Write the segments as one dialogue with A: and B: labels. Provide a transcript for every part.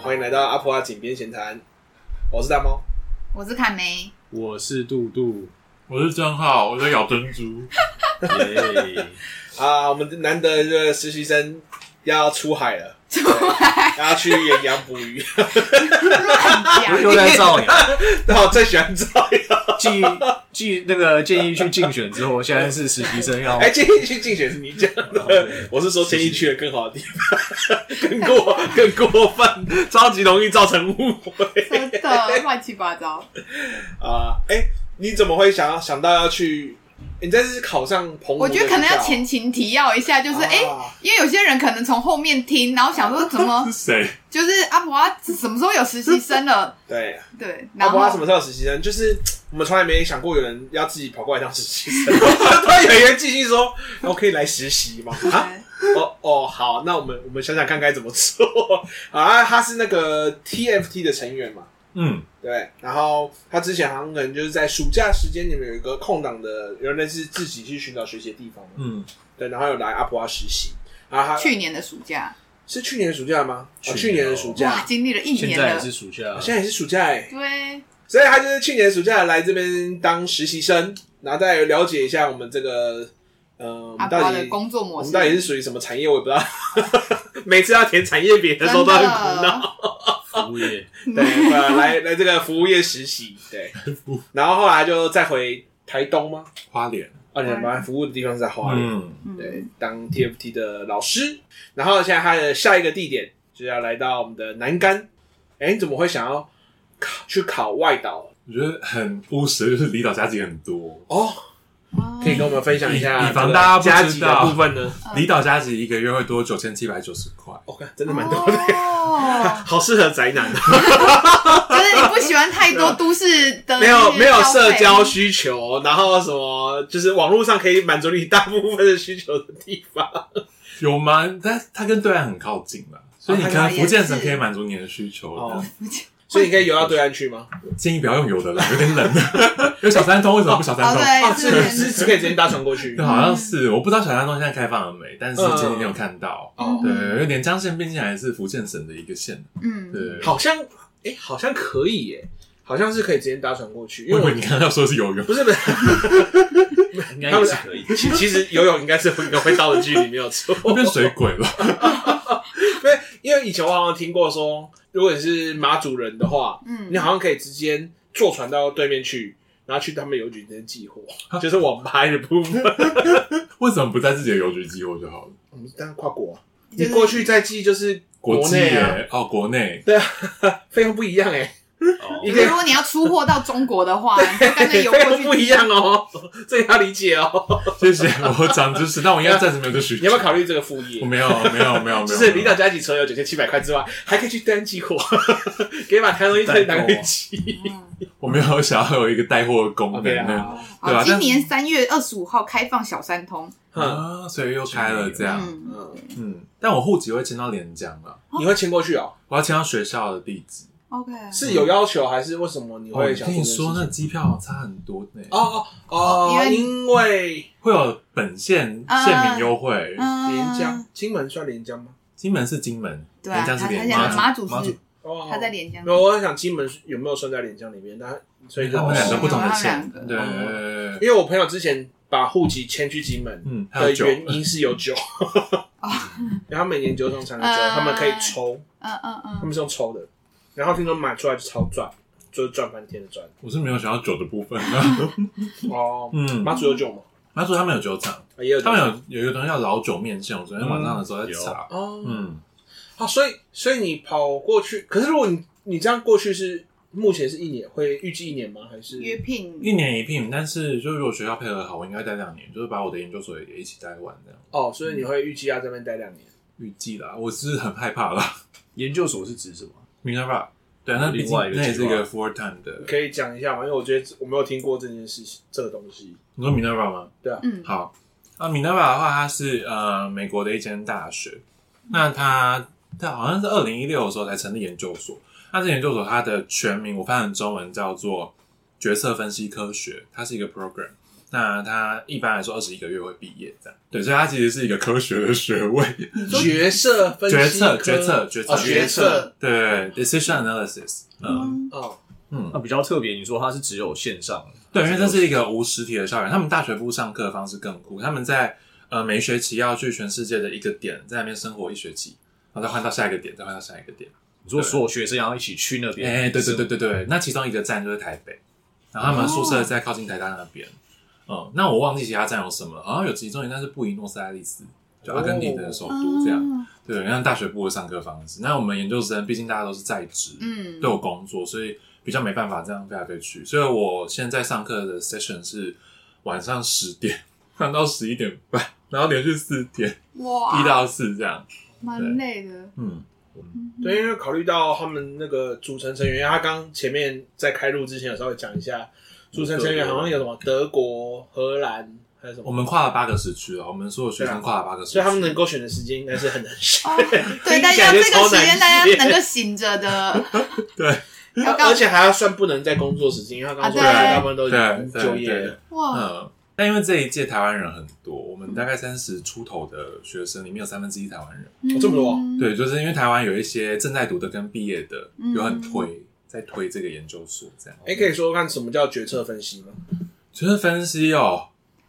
A: 欢迎来到阿婆阿井边闲谈，我是大猫。
B: 我是凯梅，
C: 我是杜杜，
D: 我是真浩，我在咬珍珠。
C: 耶！
A: 啊，我们难得这个实习生要出海了，
B: 出来
A: 要去远洋捕鱼，
B: 乱讲，
C: 又在造谣，
A: 然后最喜欢这样。
C: 继继那个建议去竞选之后，现在是实习生
B: 哦
C: 要
A: 哎，建议去竞选是你讲的，我是说建议去了更好的地方， 更过更过分，超级容易造成误会
B: 真的乱七八糟。
A: 啊！哎、你怎么会想要想到要去？你这是考上澎湖
B: 我
A: 的学
B: 觉
A: 校？
B: 得可能要前情提要一下，就是
A: 啊
B: 哎、因为有些人可能从后面听，然后想说怎么
D: 是谁？
B: 就是阿婆啊，什么时候有实习生 了？
A: 对。
B: 对，
A: 那
B: 然
A: 不知
B: 后
A: 道什么时候有实习生，就是我们从来没想过有人要自己跑过来当实习生。 突然有一个人继续说：“我可以来实习吗？”啊，
B: 对
A: 哦哦，好，那我们我们想想看该怎么做 啊。他是那个 TFT 的成员嘛，
D: 嗯，
A: 对。然后他之前好像可能就是在暑假时间里面有一个空档的，原来是自己去寻找学习的地方嘛，
D: 嗯，
A: 对。然后有来阿婆阿实习，然后他
B: 去年的暑假，
A: 是去年的暑假吗？哦去
C: 去
A: 年
C: 年
A: 的
C: 哦
A: 暑
B: 哇，
A: 假，
B: 经历了一
C: 现
B: 年
C: 在也
B: 了，
C: 是暑假，
A: 现在也是暑假哎、
B: 对，
A: 所以他就是去年暑假来这边当实习生，然后再了解一下我们这个，呃，我
B: 阿
A: 们
B: 婆
A: 到
B: 的
A: 底
B: 工作
A: 我
B: 模
A: 们
B: 式
A: 到底是属于什么产业，我也不知道。 每次要填产业别的时候都很苦恼。
C: 服务业
A: 对，呃来来这个服务业实习， 对，然后后来就再回台东吗？
D: 花莲。
A: 哦，你们服务的地方是在花莲，
D: 嗯，
A: 对，当 TFT 的老师。然后现在他的下一个地点就是要来到我们的南竿。哎，你怎么会想要考去考外岛？
D: 我觉得很务实，就是离岛加级很多。
A: 哦，可以跟我们分享一下
D: 嗯以以防
A: 这个
D: 大家不
A: 加急
D: 知
A: 的
D: 道
A: 部分呢？
D: 离岛加级一个月会多九千七百九十块。
A: 我看真的蛮多的，
B: 哦，
A: 哦好适合宅男， 啊
B: 就是你不喜欢太多都市的那
A: 没
B: 些消
A: 有
B: 费，
A: 没有社交需求，然后什么就是网络上可以满足你大部分的需求的地方。
D: 有吗？但它跟对岸很靠近了，所以你可能福建省可以满足你的需求。
A: 哦
D: 但
A: 所以你可以游到对岸去吗？
D: 建议不要用油的啦，有 点冷。有小三通，为什么不小三
B: 哦，
D: 通？
A: 哦，
B: 对，
A: 是
B: 是
A: 是嗯是可以直接搭船过去
D: 对，。好像是，我不知道小三通现在开放了没，但是前几天有看到。
A: 哦，
D: 对，因为连江县毕竟还是福建省的一个县。
B: 嗯，
D: 对，
A: 好像哎，好像可以耶，好像是可以直接搭船过去，因
D: 我
A: 为
D: 以
A: 我
D: 为你刚刚要说的是游泳。
A: 不是不是，
C: 应该
A: 他
C: 也
A: 们
C: 是可以。
A: 其 其实游泳应该是应该会到的距离没有错，
D: 我变水鬼了，
A: 因为因为以前我好像听过说，如果你是马祖人的话，
B: 嗯
A: 你好像可以直接坐船到对面去，然后去他们邮局直接寄 货，就是网拍的部分。
D: 为什么不在自己的邮局寄货就好了？
A: 我们当然跨国、啊，你
B: 就是
A: 过去再寄就是
D: 国际
A: 内啊，
D: 耶，哦，国内
A: 对啊， 费用不一样哎、
C: 哦
A: 一
B: 就是
A: 个
B: 如果你要出货到中国的话，你就干脆
A: 费
B: 哦邮过
A: 用
B: 去。
A: 不一样哦， 这个要理解哦。
D: 谢 谢我长知识，但我应该暂时没有这需求。
A: 你要不要考虑这个副
D: 我
A: 业？
D: 没有，没有，没有，没有。
A: 就是离岛加急除了有九千七百块之外，还可以去单寄货， 可以把台湾东西再拿回去。
D: 啊我没有想要有一个带货的功
A: OK
D: 能
A: 啊，
D: 对
B: 嗯好，
D: 啊
B: 今年三月二十五号开放小三通。
A: 嗯
D: 啊，所以又开了这样。
B: 嗯，
A: 嗯，
D: 嗯，但我户籍会迁到连江了，
A: 你会迁过去哦？
D: 我要迁到学校的地址。
B: ，OK，
A: 是有要求还是为什么你
D: 哦我
A: 会想
D: 跟你
A: 做这件事情？
D: 说，那机票差很多呢。
A: 哦哦哦，
B: 因为
A: 因为
D: 会有本县县民优惠，
B: 啊嗯
A: 连江，金门算连江吗？
D: 金门是金门，
B: 对啊，
D: 连
B: 他
D: 江是
B: 他
D: 连
B: 现
D: 江
B: 在
D: 马
B: 马
D: 祖
B: 祖
D: 马祖
B: 是
A: 哦，
B: 他在连江
A: 没，有，我在想金门是有没有算在连江里面，但所以就
D: 他们两个
B: 个嗯
D: 不同的县
B: 哦，
D: 对对对对对对，
A: 因为我朋友之前把户籍迁去金门
D: 嗯，还
A: 的
D: 有酒，
A: 原因是有 酒，然后每年酒厂产的酒，
B: 嗯
A: 他们可以抽，
B: 嗯嗯
A: 他
B: 嗯，
A: 们是用抽的，然后听说买出来就超赚，就是赚翻天的赚。
D: 我是没有想到酒的部分。啊
A: 哦，
D: 嗯，
A: 马祖有酒吗？
D: 马祖他们有酒厂，
A: 啊也有酒，
D: 他们有有一个东西叫老酒面线，我昨天晚上的时候在查。
A: 哦，
D: 嗯，
A: 啊，所以所以你跑过去，可是如果你你这样过去是目前是一年，会预计一年吗？还是
B: 约聘
D: 一年一聘，但是就如果学校配合好，我应该待两年，就是把我的研究所也一起待完这样。
A: 哦，所以你会预计要这边待两年？
D: 预计啦，我是很害怕啦。
C: 研究所是指什么？
D: 明白吧？对，啊那毕
C: 另
D: 竟
C: 外一个
D: 那也是一
C: 计划
D: 个 full time 的。
A: 可以讲一下吗？因为我觉得我没有听过这件事情，这个东西。
D: 你说 Minerva 吗？
A: 对啊
B: 嗯
D: 好，啊，Minerva 的话，它是呃美国的一间大学，那它它好像是二零一六的时候才成立研究所。那这研究所它的全名我翻成中文叫做决策分析科学，它是一个 program。那他一般来说二十一个月会毕业，这样对，所以它其实是一个科学的学位，
A: 角色分析
D: 决策、
A: 科
D: 决策、决策、
A: 哦决策，
D: 对，decision analysis，嗯
B: 嗯，
A: 哦，
D: 嗯
C: 那，比较特别，你说它是只有线上的，
D: 对，因为这是一个无实体的校园，他们大学部上课的方式更酷，他们在呃每学期要去全世界的一个点，在那边生活一学期，然后再换到下一个点，再换到下一个点。
C: 你说所有学生要一起去那边，
D: 哎、对对对对对，那其中一个站就是台北，然后他们宿舍在靠近台大那边。嗯，那我忘记其他站有什么了，好像有其中一站是布宜诺斯艾利斯，就阿根廷的首都这样。
B: 哦
D: 对，那大学部的上课方式，那我们研究生毕竟大家都是在职，
B: 嗯，
D: 都有工作，所以比较没办法这样飞来飞去。所以我现在上课的 session 是晚上十点上到十一点半，然后连续四天，
B: 哇，
D: 一到四这样。
B: 蛮累的，
D: 嗯，
A: 对，因为考虑到他们那个组成成员，因为他刚前面在开录之前有稍微讲一下，组成成员好像有什么德国、荷兰还有什
D: 我
A: 么，
D: 们跨了八个时区了，我们所有学生跨了八个时区，
A: 啊所以他们能够选的时间应该是很难选。
B: 哦，对，大家这个时间大家能够醒着的，
D: 对
B: 要告
A: 而且还要算不能在工作时间，因为他刚刚说
B: 啊对
A: 大部分都已经
D: 对
A: 就业
D: 对对
A: 了。
B: 哇，
D: 嗯，但因为这一届台湾人很多，我们大概三十出头的学生里面有三分之一台湾人。
B: 嗯
A: 这么多啊，
D: 对，就是因为台湾有一些正在读的跟毕业的
B: 嗯
D: 有很推，在推这个研究所这样。
A: 哎、可以说说看什么叫决策分析吗？
D: 就是分析哦，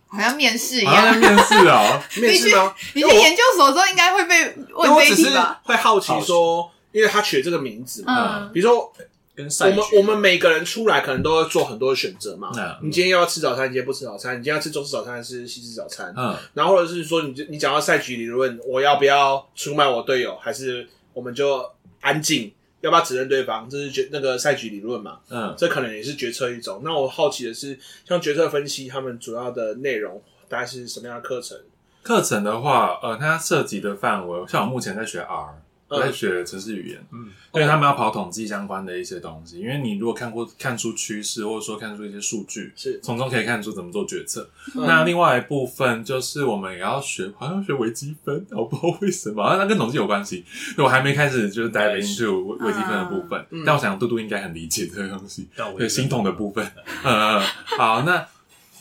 B: 好像面试一
D: 好像
B: 样。
D: 在面试哦，
A: 面试吗？
B: 你去研究所之后应该会被
A: 因为我
B: 问
A: 只
B: 这
A: 是
B: 题吧？
A: 会好奇说，因为他取这个名字嘛，
B: 嗯，
A: 比如说
C: 跟
A: 我
C: 赛
A: 们
D: 啊
A: 我们每个人出来可能都要做很多的选择嘛。
D: 嗯
A: 你今天要吃早餐，你今天不吃早餐，你今天要吃中式早餐还是西式早餐？
D: 嗯，
A: 然后或者是说你，你讲到赛局理论，我要不要出卖我队友，还是我们就安静？要不要指认对方？这是决那个赛局理论嘛？
D: 嗯，
A: 这可能也是决策一种。那我好奇的是，像决策分析，他们主要的内容大概是什么样的课程？
D: 课程的话，呃，它涉及的范围，像我目前在学 R，、我在
A: 嗯
D: 学城市语言，
C: 嗯，
D: 因为他们要跑统计相关的一些东西。因为你如果看过看出趋势，或者说看出一些数据，
A: 是
D: 从中可以看出怎么做决策。
A: 嗯
D: 那另外一部分就是我们也要学，好像学微积分，我不知道 为什么，好像它跟统计有关系。所以我还没开始就是 dive into 微微积分的部分，
A: 嗯
D: 但我想杜杜应该很理解这个东西。
C: 到位
D: 对心痛的部 分。呃，好，那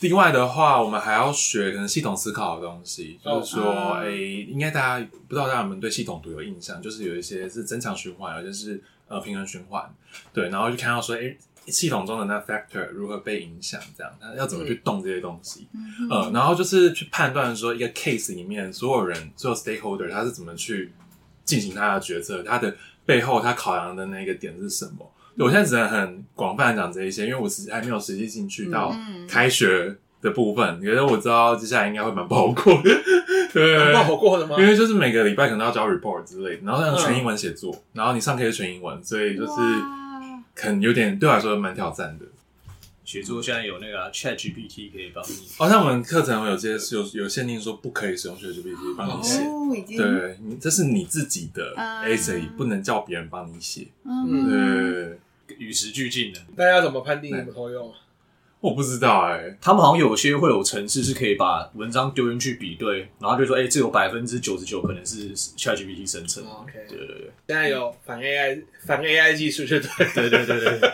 D: 另外的话，我们还要学可能系统思考的东西，就是说，
B: 哦
D: 诶、应该大家不知道大家有没有对系统图有印象，就是有一些是增强循环，有一些是呃平衡循环，对，然后就看到说，诶、系统中的那 factor 如何被影响，这样，那要怎么去动这些东西？
B: 嗯
D: 呃，然后就是去判断说一个 case 里面所有人所有 stakeholder 他是怎么去进行他的决策，他的背后他考量的那个点是什么。对我现在只能很广泛地讲这一些，因为我实还没有实际进去到
B: 嗯嗯
D: 开学的部分，可是我知道接下来应该会蛮爆过的，对，嗯
A: 报火过的吗？
D: 因为就是每个礼拜可能要交 report 之类的，然后像全
A: 嗯
D: 英文写作，然后你上课也是全英文，所以就是
B: 哇
D: 可能有点对我来说蛮挑战的。
C: 写作现在有那个啊 Chat GPT 可以帮你，
D: 好、哦像我们课程有些是有有限定说不可以使用 ChatGPT 帮你写，
B: 哦，已经
D: 对，你这是你自己的
A: 啊
B: 嗯
D: essay，、不能叫别人帮你写。
B: 嗯，
D: 对，
C: 与时俱进的。
A: 大家怎么判定有没有偷用啊？
D: 我不知道哎、
C: 他们好像有些会有城市是可以把文章丢进去比对，然后就说，哎、这有百分之九十九可能是 ChatGPT 生成的。
A: 哦，OK
C: 对对对
A: 现在有反 AI 反 AI 技术，就对。
C: 对对对对对，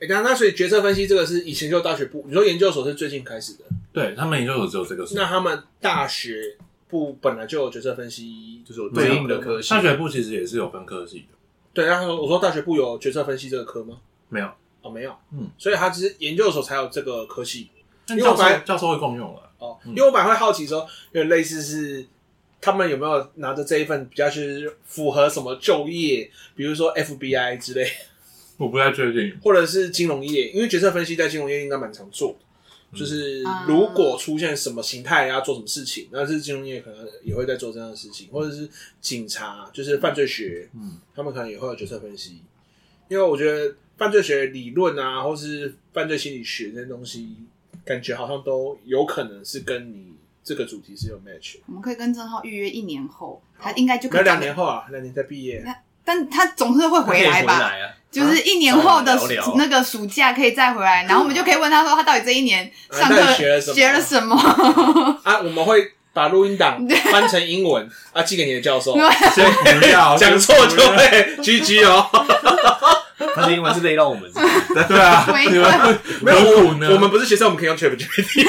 A: 哎、那那所以决策分析这个是以前就大学部，你说研究所是最近开始的，
D: 对他们研究所只有这个所，
A: 那他们大学部本来就有决策分析，
C: 就是有对应的科系
D: 大。学部其实也是有分科系的，
A: 对。然后我说大学部有决策分析这个科吗？
D: 没有，
A: 哦，没有，
D: 嗯，
A: 所以他只是研究所才有这个科系
D: 但
A: 因为我
D: 教
A: 本来
D: 授教授会共用啊了。
A: 哦。
C: 嗯
A: 因为我本来会好奇说，有点类似是他们有没有拿着这一份比较是符合什么就业，比如说 FBI 之类，
D: 我不太确定，
A: 或者是金融业，因为决策分析在金融业应该蛮常做的。就是如果出现什么形态要做什么事情，那是金融业可能也会在做这样的事情，或者是警察，就是犯罪学，
D: 嗯，
A: 他们可能也会有决策分析。因为我觉得犯罪学理论啊，或是犯罪心理学这些东西，感觉好像都有可能是跟你这个主题是有 match 的。
B: 我们可以跟郑浩预约一年后，他
A: 好
B: 应该就可
A: 那
B: 以
A: 两年后啊，两年再毕业，
B: 但他总是会
C: 他可以
B: 回来吧？
C: 回来啊，
B: 就是一年后的
C: 啊聊聊
B: 那个暑假可以再回来，然后我们就可以问他说他到底这一年上
A: 啊到
B: 课
A: 底学了什么
B: 学了什么？
A: 啊，我们会把录音档翻成英文啊，寄给你的教授。
D: 先不要
A: 讲错就会 GG 哦。
C: 他的英文是累到我们。
D: 对啊，
B: 没
D: 你们
A: 没有
D: 何苦
A: 我
D: 呢？
A: 我们不是学生，我们可以用 ChatGPT。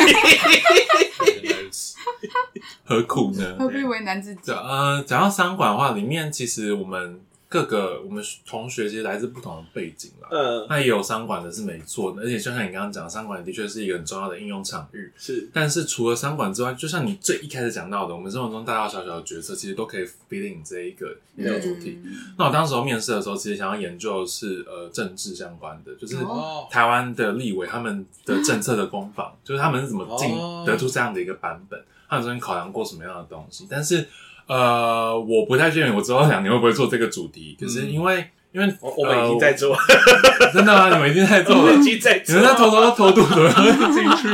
D: 何苦呢？
B: 何必为难自己
D: 对，？呃，讲到商管的话，里面其实我们各个我们同学其实来自不同的背景啦。
A: 嗯，
D: 那也有商管的是没错的，而且就像你刚刚讲，商管的确是一个很重要的应用场域。
A: 是
D: 但是除了商管之外，就像你最一开始讲到的，我们生活中大大小小的角色，其实都可以 fit in 这一个研究主题。
B: 嗯
D: 那我当时候面试的时候，其实想要研究的是呃政治相关的，就是
A: 哦
D: 台湾的立委他们的政策的攻防，就是他们是怎么进
A: 哦
D: 得出这样的一个版本，他们曾经考量过什么样的东西。但是呃，我不太确定，我之后两年会不会做这个主题，可是因为、因为
A: 我我们已经在做，
D: 呃 真的啊，你们已经在做
A: 我
D: 了
A: 们已。经在
D: 你
A: 做
D: 们。在偷偷偷渡的进 去，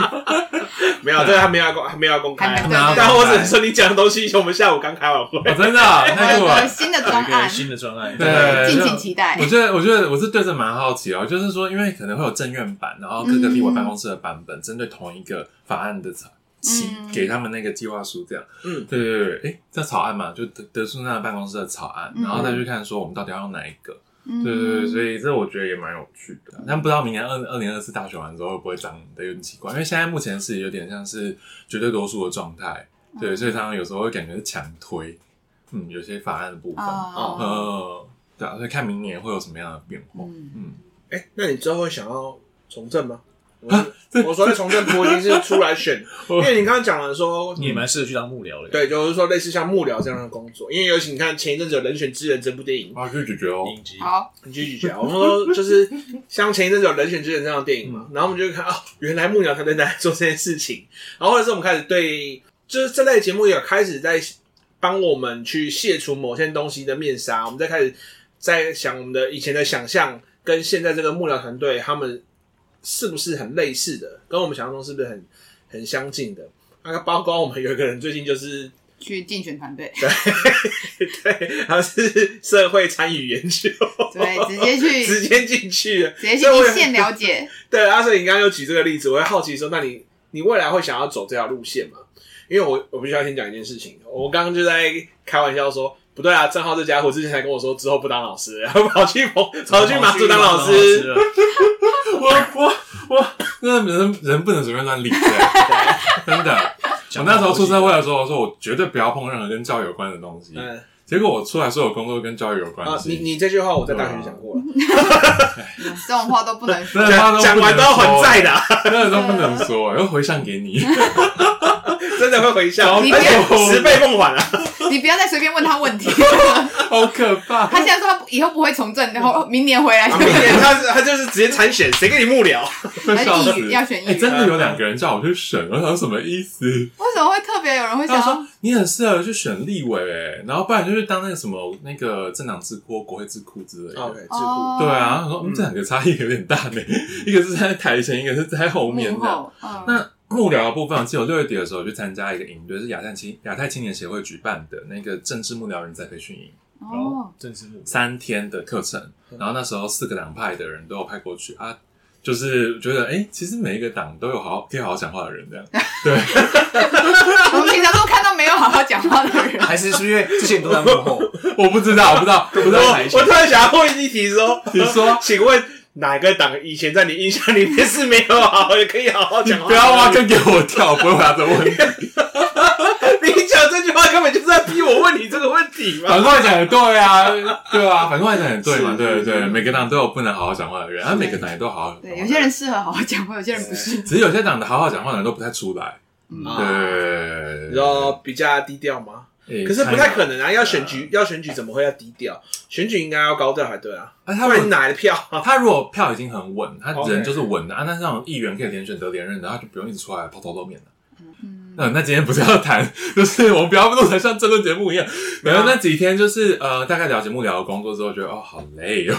A: 没有，这个还没有要公，还没有要公开
B: 还
A: 啊
B: 没。
D: 拿
A: 但我只能说，你讲的东西，我们下午刚开完会。
D: 哦真的啊，
B: 我
D: 那
B: 有
D: 个
B: 个
D: 我
B: 新的
C: 有
B: 专
C: 一个
B: 案，
C: 新的专案，
D: 对
B: 敬请期待
D: 我。觉得，我觉得我是对这蛮好奇哦，就是说，因为可能会有政院版，然后各个立委办公室的版本，针、对同一个法案的草，起
B: 嗯
D: 给他们那个计划书这样。
A: 嗯
D: 对对对对，哎，叫草案嘛，就德德苏纳办公室的草案，
B: 嗯
D: 然后再去看说我们到底要用哪一个。
B: 嗯
D: 对对对，所以这我觉得也蛮有趣的。但不知道明年二二零二四大选完之后会不会长得有点奇怪，因为现在目前是有点像是绝对多数的状态，对，
B: 嗯
D: 所以常常有时候会感觉是强推，嗯，有些法案的部分。
B: 哦，
D: 呃，对啊，所以看明年会有什么样的变化。
B: 嗯
D: 嗯，
A: 哎，那你之后会想要从政吗？
D: 啊
A: 我我说的从政，不一定是出来 选，因为你刚刚讲了说
C: 你也蛮适合去当幕僚的。，
A: 对，就是说类似像幕僚这样的工作，因为尤其你看前一阵子有《人选之人》这部电影，
D: 啊，去解决哦。
C: 应急。
B: 好，
A: 你继续讲，我们说就是像前一阵子有《人选之人》这样的电影嘛，然后我们就会看哦，原来幕僚团队在做这件事情，然后或者是我们开始对，就是这类节目也开始在帮我们去卸除某些东西的面纱，我们再开始在想我们的以前的想象跟现在这个幕僚团队他们是不是很类似的，跟我们想象中是不是很很相近的？那包括我们有一个人最近就是
B: 去竞选团队，
A: 对，他是社会参与研究，
B: 对，直接去
A: 直接进去了，
B: 直接去
A: 所以我也
B: 一线了解。
A: 对，阿、啊、所以你刚刚又举这个例子，我会好奇说，那你你未来会想要走这条路线吗？因为我我必须要先讲一件事情，我刚刚就在开玩笑说，不对啊，郑浩这家伙之前才跟我说之后不当老师，然后跑去跑跑去马祖当老师，嗯
D: 我我我，那人人不能随便乱理的，对真的。我那时候出社会的时候，我说我绝对不要碰任何跟教育有关的东西。
A: 嗯
D: 结果我出来所有工作跟教育有关
A: 啊，
D: 系，
A: 你你这句话我在大学讲过了，
B: 嗯这种话都不能说
D: 真。的话都不能
A: 讲完啊都要还债的啊、
D: 说， 真的都不能说，又回向 给你。
A: 真的会回笑，而
B: 你
A: 且十倍奉还 啊！
B: 你不要再随便问他问题。
D: 好可怕！
B: 他现在说他以后不会从政，然后明年回来
A: 明年他是他就是直接参选，谁跟你幕僚？
D: 会笑
B: 还是抑
D: 死。
B: 郁要选抑郁
D: 哎真的有两个人叫我去选，我想什么意 思？
B: 为什么会特别有人会想
D: 他
B: 要
D: 说？你很适合去选立委、欸，然后不然就去当那个什么那个政党智库、国会智库之类的。
A: OK，智库，
B: 哦，
D: 对啊，他说嗯，这两个差异有点大呢， 一个是在台前，一个是在后面
B: 幕
D: 的。
B: 后，嗯，
D: 那幕僚的部分，我记得我六月底的时候去参加一个营队，是亚太青亚太青年协会举办的那个政治幕僚人才培训营，
B: 哦，
C: 政治幕僚。
D: 三天的课程。然后那时候四个党派的人都有派过去啊，就是觉得哎、诶其实每一个党都有好好可以好好讲话的人这样。
B: 我们平常都看到没有好好讲话的人，
C: 还是是因为之前都在幕后，
D: 我不知道，我不知道，我不知道哪一
A: 我
D: 些
A: 我突然想要问一题说，
D: 你说
A: 请问哪个党以前在你印象里面是没有好好可以好好讲话？
D: 不要挖，坑给我跳，我不会回答这个问题。
A: 你讲这句话根本就是在逼我问你这个问题嘛。
D: 反过来讲也对啊，对啊，反过来讲也对嘛，
A: 是
D: 对对
A: 是
D: 对，每个党都有不能好好讲话的人，然后每个党也都好好讲话。
B: 对，有些人，适合好好讲话，有些人不 是。
D: 只是有些党的好好讲话的人都不太出来。嗯对
A: 啊
D: 对，
A: 你
D: 对对
A: 说比较低调吗？
D: 对
A: 可是不太可。
D: 哎
A: 能啊！要选举，要选举怎么会要低调？选举应该要高调才对啊！
D: 啊他
A: 不然你
D: 们
A: 哪来的票啊？
D: 他如果票已经很稳，他
A: OK
D: 人就是稳的啊。那那种议员可以连选择连任的，他就不用一直出来抛头露面了。嗯，那今天不是要谈， 就是我们不要弄得像争论节目一样。然后那几天就是呃，大概了解幕僚的工作之后，觉得哦好累哦，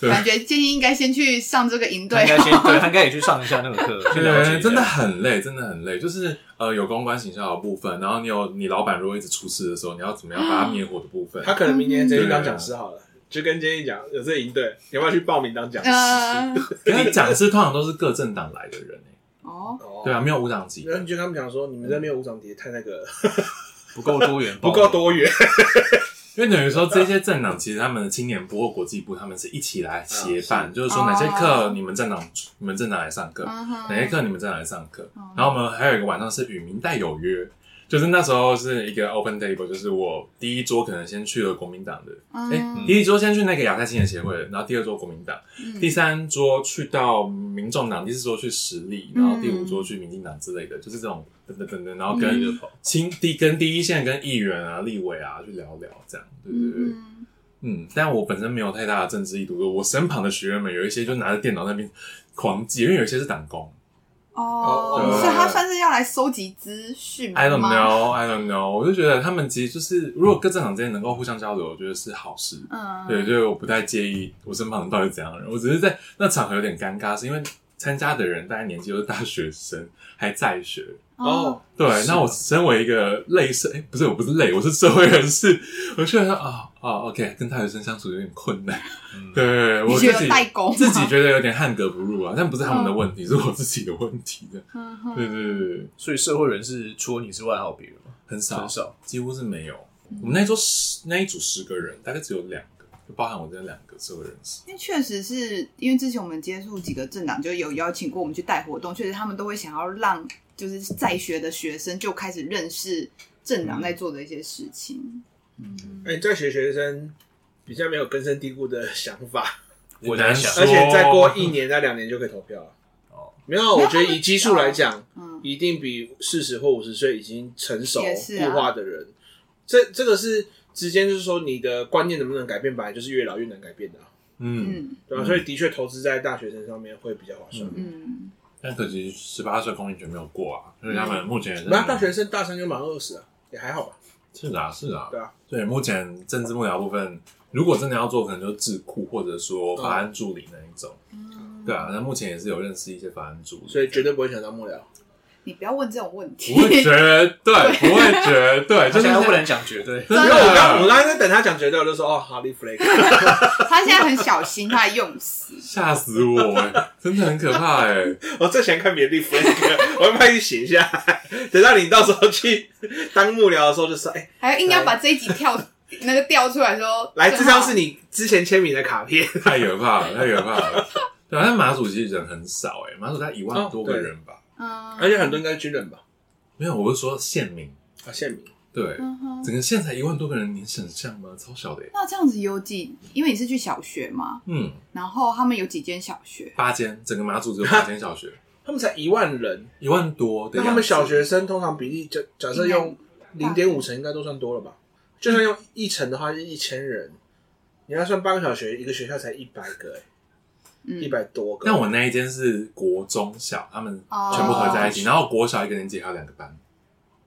B: 感觉建议应该先去上这个营
C: 他
B: 队
C: 应，该先，对，他应该也去上一下那个课，去了解
D: 对，
C: 一下
D: 真的很累，真的很累。就是呃，有公关行销的部分，然后你有你老板如果一直出事的时候，你要怎么样把它灭火的部 分。
A: 他可能明年直接去当讲师好了，就跟今天讲有这营队，你要不要去报名当讲师？
B: 呃，
D: 因为讲师通常都是各政党来的人、欸、
B: 哦，
A: 哦
D: 对啊，，没有无党籍
A: 然后你就跟他们讲说，你们这边有五涨跌太那个
C: 不够多元，
A: 不够多元，
D: 因为等于说这些政党其实他们的青年部或国际部，他们是一起来协办，
C: 嗯
D: 就是说哪些课
B: 哦
D: 你们政党、你们政党来上课，
B: 嗯哼嗯
D: 哪些课你们政党来上课。然后我们还有一个晚上是与明代有约，就是那时候是一个 open table，就是我第一桌可能先去了国民党的，哎、
B: 嗯
D: 第一桌先去那个亚太青年协会的，然后第二桌国民党，
B: 嗯
D: 第三桌去到民众党，第四桌去实力，然后第五桌去民进党之类的，就是这种等等等等，然后跟
C: 一个跑，
D: 亲第跟第一线跟议员啊、立委啊去聊聊，这样对对对，
B: 嗯
D: 嗯但我本身没有太大的政治意图，我身旁的学员们有一些就拿着电脑在那边狂记，因为有一些是党工
B: 哦，
D: 对
B: 所以他算是要来收集资讯吗
D: 呃，I don't know I don't know，我就觉得他们其实就是如果各政党之间能够互相交流，我觉得是好事。
B: 嗯，
D: 对，所以我不太介意我身旁到底怎样的人，我只是在那场合有点尴尬，是因为参加的人大概年纪都是大学生， 还在学，
A: 哦，
D: 对
C: 是，
D: 那我身为一个类社，哎、不是，我不是类，我是社会人士，我觉得啊啊、，OK，跟大学生相处有点困难。
C: 嗯
D: 对，
B: 你
D: 我
B: 觉
D: 自
B: 得
D: 己
B: 代沟吗
D: 自己觉得有点汉格不入啊，但不是他们的问题，是我自己的问题的。
B: 嗯
D: 对
B: 哼
D: 对对对，对
C: 所以社会人是除了你之外还有别人吗？
D: 很少，
C: 很，少，
D: 几乎是没有。
B: 嗯
D: 我们那一桌十那一组十个人，大概只有两个，就包含我这两个社会人士。
B: 因为确实是因为之前我们接触几个政党，就有邀请过我们去带活动，确实他们都会想要让就是在学的学生就开始认识政
A: 嗯
B: 党在做的一些事情。嗯，
A: 哎，在学学生比较没有根深蒂固的想法，
C: 我在想
D: 很
A: 而
D: 难说
A: 且再过一年、再两年就可以投票了。
C: 哦，
A: 没有，啊我觉得以基数来讲，
B: 嗯
A: 一定比四十或五十岁已经成熟
B: 也是啊
A: 固化的人，这这个是之间就是说你的观念能不能改变，本来就是越老越难改变的啊、
D: 嗯，
B: 嗯
A: 对吧、
D: 嗯
A: 所以的确投资在大学生上面会比较划算。
B: 嗯，
D: 但可惜十八岁公民权没有过啊，所以他们目前也是
A: 那、大学生大三就满二十啊，也还好吧。
D: 是啦是啦，
A: 对啊，
D: 对，目前政治幕僚部分，如果真的要做，可能就是智库或者说法案助理那一种。对啊，那目前也是有认识一些法案助理，
A: 所以绝对不会想当幕僚。
B: 你不要问这种问题
D: 不。会
A: 啊
D: 绝对，不会绝对，
C: 他
D: 就是
C: 现
D: 啊
C: 在不 能讲绝对，
D: 真
A: 因为我刚我
D: 的。
A: 刚才在等他讲绝对，我就说哦，好，leave flag。
B: 他现在很小心他的用词，
D: 吓死我、欸！真的很可怕哎、
A: 我最喜欢看别人 leave flag，我会帮你写下 来。等到你到时候去当幕僚的时候，就说哎、
B: 还硬要把这一集跳那个调出来说，
A: 来，这张是
B: 你
A: 你之前签名的卡片。
D: 太可怕了，太可怕了。对啊，但马祖其实人很少哎、马祖才一万多个人吧？
B: 嗯，
A: 而且很多应该是军人吧？
D: 没有，我是说县民。
A: 啊，县民。
D: 对，
B: 嗯哼
D: 整个县才一万多个人，你想象吗？超小的、欸。
B: 那这样子有几？因为你是去小学嘛，
D: 嗯，
B: 然后他们有几间小学？
D: 八间，整个马祖只有八间小学，
A: 他们才一万人，
D: 一万多的
A: 那
D: 样子。
A: 他们小学生通常比例，假假设用零
B: 应
A: 点
B: 该
A: 五成，应该都算多了吧？就算用一成的话，是一千人。你要算八个小学，一个学校才一百个、欸，
B: 嗯
A: 一，百多个。
D: 但我那一间是国中小，他们
B: 哦
D: 全部合在一起，然后国小一个年级还有两个班，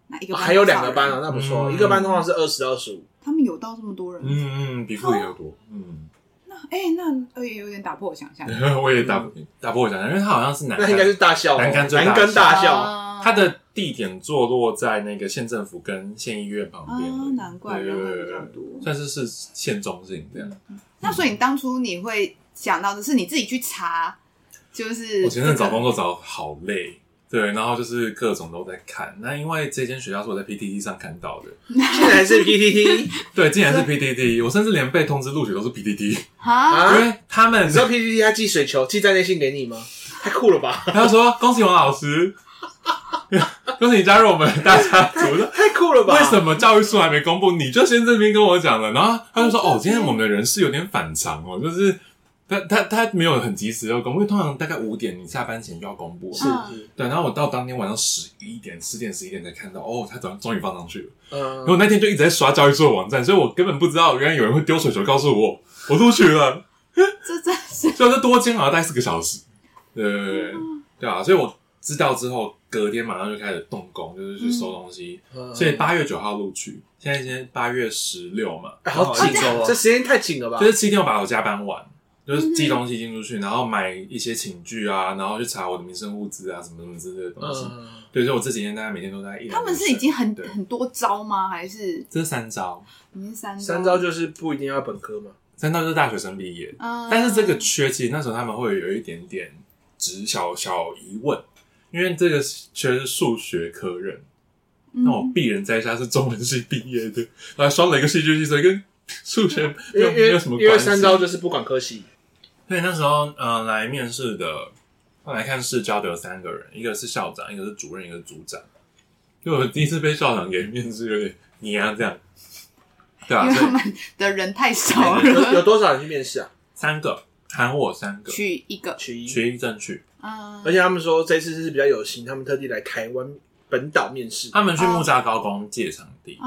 B: 哪一个
A: 哦
B: 班、
A: 还有两个班啊，，那不错，
D: 嗯
A: 一个班通常是二十到二十五。
B: 他们有到这么多人？
D: 嗯嗯，比副理要
A: 哦
D: 多，嗯，
B: 哎、那呃也有点打破我想象。
D: 我也打打破我想象，因为他好像是南
A: 那应该是
D: 竿，
A: 大校，
D: 南竿最 大
A: 南根大校，
B: 啊
D: 他的地点坐落在那个县政府跟县医院旁边
A: 哦
B: 啊，
D: 的，
B: 难怪
D: 对
B: 人
D: 对
B: 会
D: 对
B: 比较
D: 对，
B: 多。
D: 算是是县中心这样。
B: 那所以你当初你会想到的是你自己去查，就是
D: 我前阵子找工作找好累。对，然后就是各种都在看。那因为这间学校是我在 PTT 上看到的，
A: 竟然是 PTT。
D: 对，竟然是 PTT，我甚至连被通知录取都是 PTT，、
B: 啊，
A: 啊
D: 因为他们
A: 你知道 PTT 他寄水球，寄站内信给你吗？太酷了吧！
D: 他就说：“恭喜王老师，恭喜你加入我们大家族。”了。
A: 太酷了吧！
D: 为什么教育处还没公布？你就先这边跟我讲了，然后他就说：“哦，今天我们的人事有点反常哦，就是他他他没有很及时要公布，因为通常大概五点你下班前就要公布。”
A: 是是，
D: 对，然后我到当天晚上十一点、十点、十一点才看到，哦，他终终于放上去了。然后
A: 嗯，
D: 我那天就一直在刷教育处的网站，所以我根本不知道原来有人会丢水球告诉我我录取了。
B: 这真 是
D: 所以我就多煎熬大概四个小时。对对对对对啊！所以我知道之后，隔天马上就开始动工，就是去
B: 嗯
D: 收东西。
A: 嗯
D: 所以八月九号录取，现在今天八月十六嘛，
A: 哎好紧
C: 一周
A: 哦
C: 啊，
A: 这时间太紧了吧
D: 就？是七天我把我加班完，就是
B: 嗯
D: 寄东西进出去，然后买一些寝具啊，然后去查我的民生物资啊，什么什么之类的东西。
A: 嗯，
D: 对，所以我这几天大概每天都在一两
B: 他们是已
D: 个
B: 经很
D: 对
B: 很多招吗？还是
D: 这三招，
B: 已经三
A: 三招？就是不一定要本科嘛。
D: 三招就是大学生毕业，
B: 嗯，
D: 但是这个缺，其实那时候他们会有一点点只小小疑问，因为这个缺是数学科任，
B: 嗯
D: 那我鄙人在下是中文系毕业的，然后双了一个戏剧系，所以跟数学没
A: 因
D: 有
A: 为
D: 嗯没
A: 因
D: 有
A: 为
D: 什么
A: 因为
D: 关系。
A: 三招就是不管科系，
D: 对，那时候呃来面试的，来看试教的有三个人，一个是校长，一个是主任，一个是组长。就我第一次被校长给面试，有点你呀、这样，对
B: 因
D: 啊，
B: 为
D: 所
B: 他
D: 以
B: 们的人太少
A: 有
B: 了，
A: 有多少人去面试啊？
D: 三个喊我三 个，
B: 去一个，
A: 取一，
D: 学一正去，
B: 嗯，
A: 而且他们说这次是比较有心，他们特地来台湾本岛面试。
D: 他们去木栅高工借场地，
B: 哦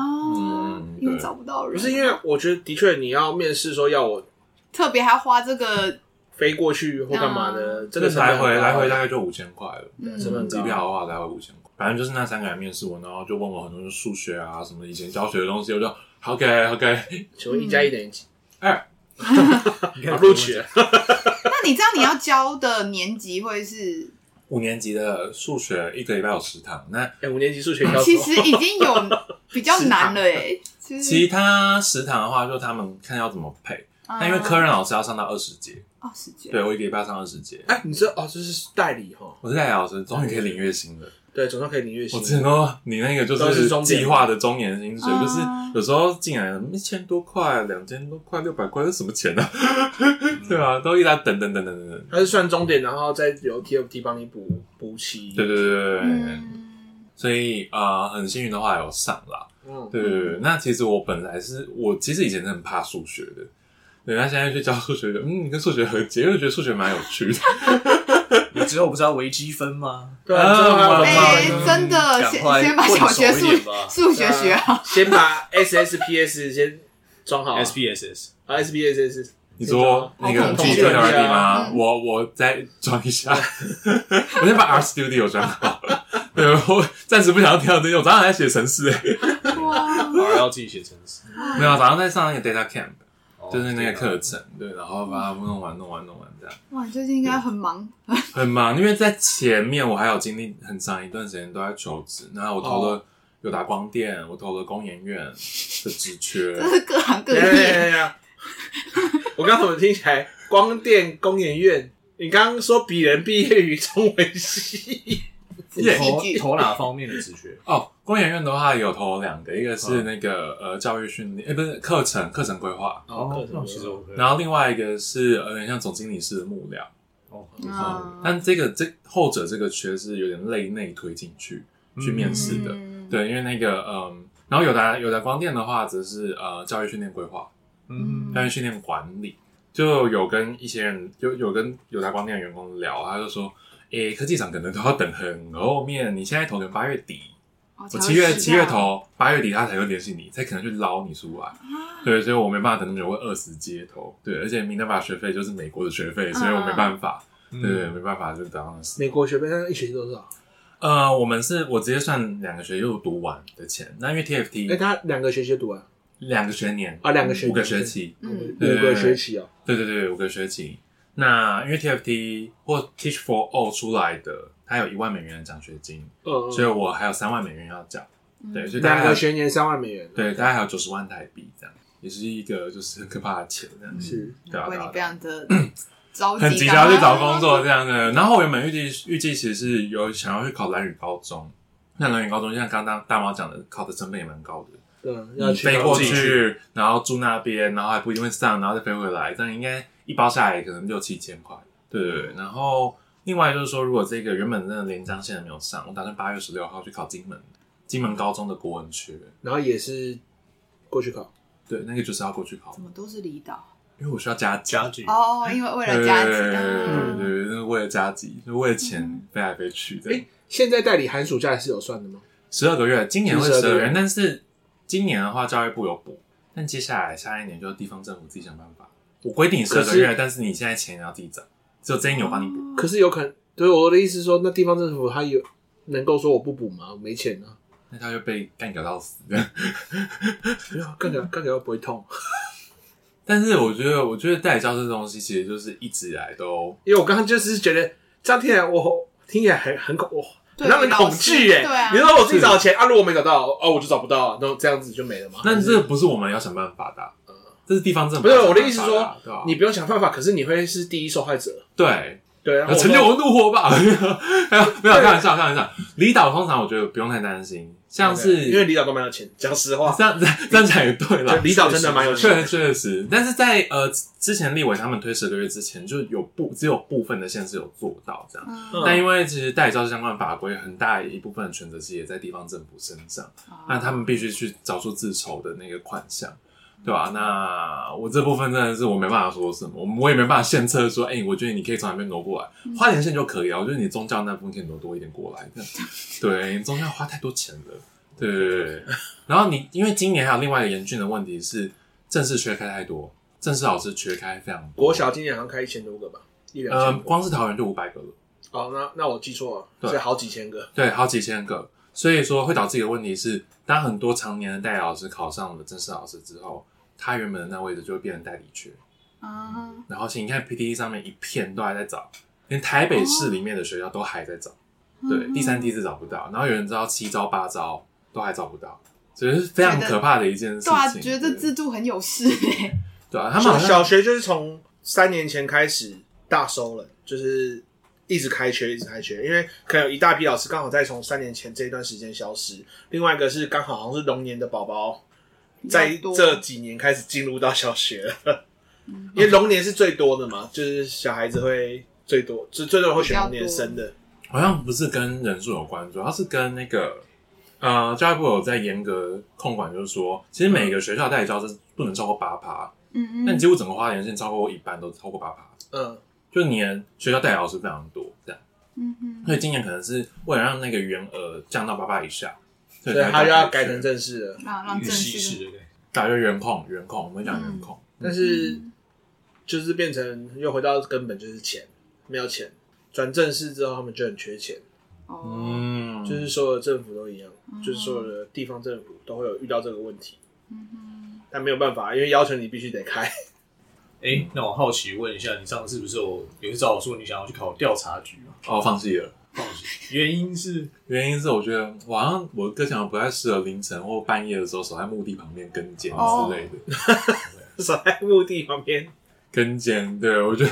D: 嗯，
B: 因为
D: 对
B: 找不到人，
A: 不是因为我觉得的确你要面试说要我
B: 特别还要花这个，
A: 飞过去或干嘛的，真的
D: 这啊来回
A: 成本很高
D: 来回大概就五千块了。
B: 嗯
A: 成本很高
D: 机票的话大概五千块，反正就是那三个人面试我，然后就问我很多数学啊什么以前教学的东西，我就好给好给，
A: 请问一加一等于几？
C: 你
D: 嗯
A: 啊
C: 看
A: 录取了，
B: 那你知道你要教的年级会是？
D: 五年级的数学一个礼拜有十堂，那
A: 哎，五年级数学教授
B: 其实已经有比较难了哎，其
D: 其他十堂的话，就他们看要怎么配。
B: 哦
D: 那因为科任老师要上到二十节，
B: 二十节，
D: 对我一个礼拜上二十节。
A: 哎，你知道哦，这是代理哈，
D: 我是代理老师，终于可以领月薪了。
A: 对，总算可以领月薪
D: 我。之前都你那个就
A: 都是
D: 是
A: 中点
D: 计划的中年薪水，
B: 啊
D: 就是有时候进来一千多块、两千多块、六百块，这什么钱呢、啊？
B: 嗯
D: 对啊，都一直在等等等等等等。
A: 他是算终点，然后再由 TFT 帮你补补齐。
D: 对对对对对，
B: 嗯，
D: 所以呃，很幸运的话有上啦。
A: 嗯，
D: 对对对，对那其实我本来是我其实以前是很怕数学的，对，那现在去教数学就，嗯，跟数学和解，因为我觉得数学蛮有趣的。
C: 你之后不是要微积分吗？
A: 对啊，之后还有
D: 啊
B: 哎
A: 慢慢，
B: 真的，
C: 赶
B: 先
C: 快
B: 先把小学
C: 混熟一点
B: 数
C: 吧
B: 数学学啊好，
A: 啊先把 SSPS 先装好啊
C: SPSS
A: 啊，SPSS
D: 你说
A: 好
D: 那个
A: 恐怖
D: 统计
A: 啊
D: r D 吗？
B: 嗯
D: 我我再装一下，我先把 R Studio 装好。对，我暂时不想要跳这些，我早上还在写程式哎，
B: 哇，
C: 反而要自己写程式，
D: 没有，啊早上在上那个 Data Camp，
C: 哦
D: 就是那个课程，对，啊然后把它弄完弄完弄完这样。
B: 哇，你最近应该很忙，
D: 很忙，因为在前面我还有经历很长一段时间都在求职，然后我投了友达光电，我投了工研院的职 缺，
B: 真是各行各
A: 对
B: 业，
A: 对对，我刚刚怎么听起来光电工研院？你刚刚说鄙人毕业于中文系，
C: 投
B: 戏剧
C: 投哪方面的直觉？
D: 哦，工研院的话有投两个，一个是那个、呃教育训练，哎、不是课程课程规划，
A: 哦
C: 那其实 OK。
D: 然后另外一个是呃有点像总经理式的幕僚，
C: 哦，
B: 啊
D: 但这个这后者这个缺是有点类内推进去去面试的，
B: 嗯，
D: 对，因为那个嗯，然后友达友达光电的话则是呃教育训练规划，
C: 嗯，
D: 但是训练管理，就有跟一些人有有跟友达光电的员工聊，他就说，诶、科技厂可能都要等很后面，你现在投可能八月底，
B: 哦
D: 我七月七月，
B: 才会
D: 投，八月底他才会联系你，才可能去捞你出来。对，所以我没办法等那么久，我会饿死街头。对，而且明德法学费就是美国的学费，所以我没办法，
C: 嗯
D: 对，没办法就等到那时。
A: 美国学费那一学期多少？
D: 呃，我们是我直接算两个学期就读完的钱，那因为
A: 哎，
D: TFT
A: 他两个学期就读完
D: 两个学年，
A: 啊，两个学
D: 五个学，期，
B: 嗯
A: 五个学期哦。
D: 对对对，五个学期。那因为 TFT 或 Teach for All 出来的，它有一万美元的奖学金，
A: 嗯，
D: 所以我还有三万美元要缴。对，所以大概
A: 两个学年三万美元，
D: 对大概还有九十万台币这样，也是一个就是很可怕的钱这样。
A: 是
D: 对啊
B: 难怪
D: 对啊
B: 嗯你非
D: 啊
B: 常的着急，
D: 很急着要去找工作这样的。然后我原本预计预计其实是有想要去考蓝宇高中，那蓝宇高中像刚刚大毛讲的，考的成本也蛮高的，
A: 嗯，要去
D: 飞过
A: 自己
D: 去，然后住那边，然后还不一定会上，然后再飞回来，这样应该一包下来可能六七千块。对对对，然后另外就是说，如果这个原本真的连江县的没有上，我打算八月十六号去考金门，金门高中的国文学，
A: 然后也是过去考。
D: 对，那个就是要过去考
B: 怎，么都是离岛
D: 因为我需要加级。
C: 家具
B: 哦，因为为了嗯家
D: 对对对
B: 庭，
D: 对，就是为了加级，就为了钱飞来飞去的。
A: 哎，现在代理寒暑假是有算的吗？
D: 十二个月，今年会
A: 12
D: 十
A: 个
D: 二
A: 月
D: 个月，但是今年的话，教育部有补，但接下来下一年就地方政府自己想办法。我规定十二
A: 可
D: 个
A: 是嗯
D: 月，但是你现在钱也要自己找，只有这一年我帮你补。
A: 可是有可能，对我的意思是说，那地方政府他有能够说我不补吗？我没钱啊，
D: 那他就被干掉到死。
A: 没有啊干掉干掉又不会痛，啊
D: 但是我觉得，我觉得代理教这东西，其实就是一直以来都
A: 因为我刚刚就是觉得这样听起来我听起来很很恐，哇很让人恐惧
B: 对啊
A: 哎。你说我自己找钱啊，如果没找到哦，我就找不到啊，那这样子就没了嘛。
D: 但这不是我们要想办法的啊，这是地方政府
A: 不是
D: 要想
A: 我的
D: 办
A: 意思
D: 法
A: 说
D: 啊对吧
A: 你不用想办法，可是你会是第一受害者。
D: 对
A: 对，然后我
D: 成就
A: 们
D: 我怒火吧！ 哎没有，开玩笑，开玩笑。离岛通常我觉得不用太担心，像是哦
A: 因为离岛都蛮有钱，讲实话，
D: 这样这样讲也对了
A: 对，离岛真的蛮有钱
D: 确确实，但是在呃之前立委他们推十个月之前，就有部只有部分的县市有做到这样。
A: 嗯
D: 但因为其实代招相关法规很大一部分的权责其实也在地方政府身上，那他们必须去找出自筹的那个款项，对吧、那我这部分真的是我没办法说什么，我我也没办法献策说，哎、我觉得你可以从哪边挪过来，花点钱就可以啊了。我觉得你宗教那部分可以挪多一点过来，这样对，你宗教花太多钱了，对对对对。然后你因为今年还有另外一个严峻的问题是，正式缺开太多，正式老师缺开非常多，
A: 国小今年好像开一千多个吧，一两
D: 呃，
A: 千个。
D: 光是桃园就五百个了。
A: 哦，那那我记错了，
D: 对
A: 是好几千个。
D: 对，好几千个。所以说会导致一个问题是，当很多常年的代理老师考上了正式老师之后，他原本的那位置就会变成代理缺。
B: 啊，
D: 然后请你看 PTT 上面一片都还在找，连台北市里面的学校都还在找，
B: 哦
D: 对，第三梯次找不到，然后有人知道七招八招都还找不到，所以是非常
B: 觉得
D: 可怕的一件事情。
B: 对啊，觉得这
D: 对
B: 制度很有事哎，
D: 对啊，他们
A: 小
D: 好像
A: 小学就是从三年前开始大收了，就是一直开学，一直开学，因为可能有一大批老师刚好在从三年前这一段时间消失，另外一个是刚好好像是龙年的宝宝在
B: 比较多嗯
A: 这几年开始进入到小学了，因为龙年是最多的嘛，就是小孩子会最多，就最多人会选龙年生的，
D: 好像不是跟人数有关，主要是跟那个呃教育部有在严格控管，就是说，其实每个学校代理教师不能超过八趴，
B: 嗯
D: 但
B: 嗯，
D: 几乎整个花莲县超过一半都超过八趴，
A: 嗯，
D: 就你的学校代理老师非常多，这样，
B: 嗯嗯，
D: 所以今年可能是为了让那个员额降到八趴以下，所
A: 所以他就要改成
D: 这，
A: 正式
D: 嗯
A: 了。
B: 让让
C: 预
B: 正式
C: 期式的。
D: 打就员控，员控，我们讲员控，
A: 但是就是变成又回到根本就是钱，没有钱。转正式之后，他们就很缺钱，
B: 哦，
D: 嗯，
A: 就是所有的政府都一样，就是所有的地方政府都会有遇到这个问题，但没有办法，因为要求你必须得开。
C: 哎、那我好奇问一下，你上次不是有有一次找我说你想要去考调查局吗？
D: 哦，放弃了。
C: 原因是
D: 原因是我觉得我好像我个性好像不太适合凌晨或半夜的时候守在墓地旁边跟监之类的，
A: 守在墓地旁边，
D: 跟监，对我觉得，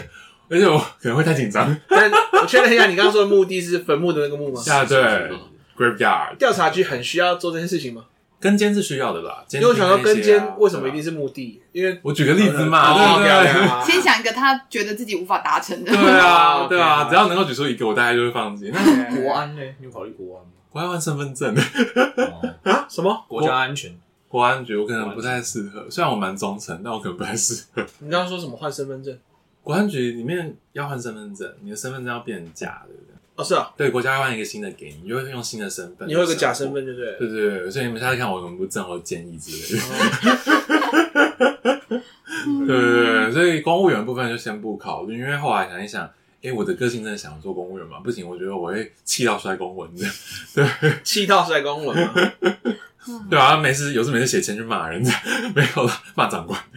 D: 而且我可能会太紧张。
A: 但我确认一下，你刚刚说的墓地哦是坟墓的那个墓吗？
D: 下啊对
C: 是
D: graveyard
A: 调查局很需要做这件事情吗？
D: 跟监是需要的啦，因
A: 因为我想说跟监为什么一定是墓地？因为
D: 啊我举个例子嘛，
A: 哦
D: 对
A: 了
D: 不
A: 解
D: 对？
A: 了
B: 先想一个他觉得自己无法达成的，
D: 对啊，
A: OK，
D: 对啊，
A: 好
D: 只要能够举出一个，我大概就会放弃。那
C: 国安呢？你有考虑国安吗？
D: 我要换身份证，
C: 哦、
A: 啊什么？
C: 国家安全，
D: 国安局我可能不太适合，虽然我蛮忠诚，但我可能不太适合。
A: 你刚刚说什么换身份证？
D: 国安局里面要换身份证，你的身份证要变成假的，对不对？
A: 哦，是啊，
D: 对，国家要换一个新的给你，你就会用新的身份，
A: 你会有个假身。份，对不对了？
D: 对对对，所以你们下次看我能不正或建议之类的。
A: 哦
D: 对对对，所以公务员部分就先不考虑，因为后来想一想，诶，我的个性真的想做公务员嘛？不行，我觉得我会气到摔公文的。
A: 气到摔公文吗？
D: 对啊，每次有事没事写钱去骂人家， 没有啦，骂长官。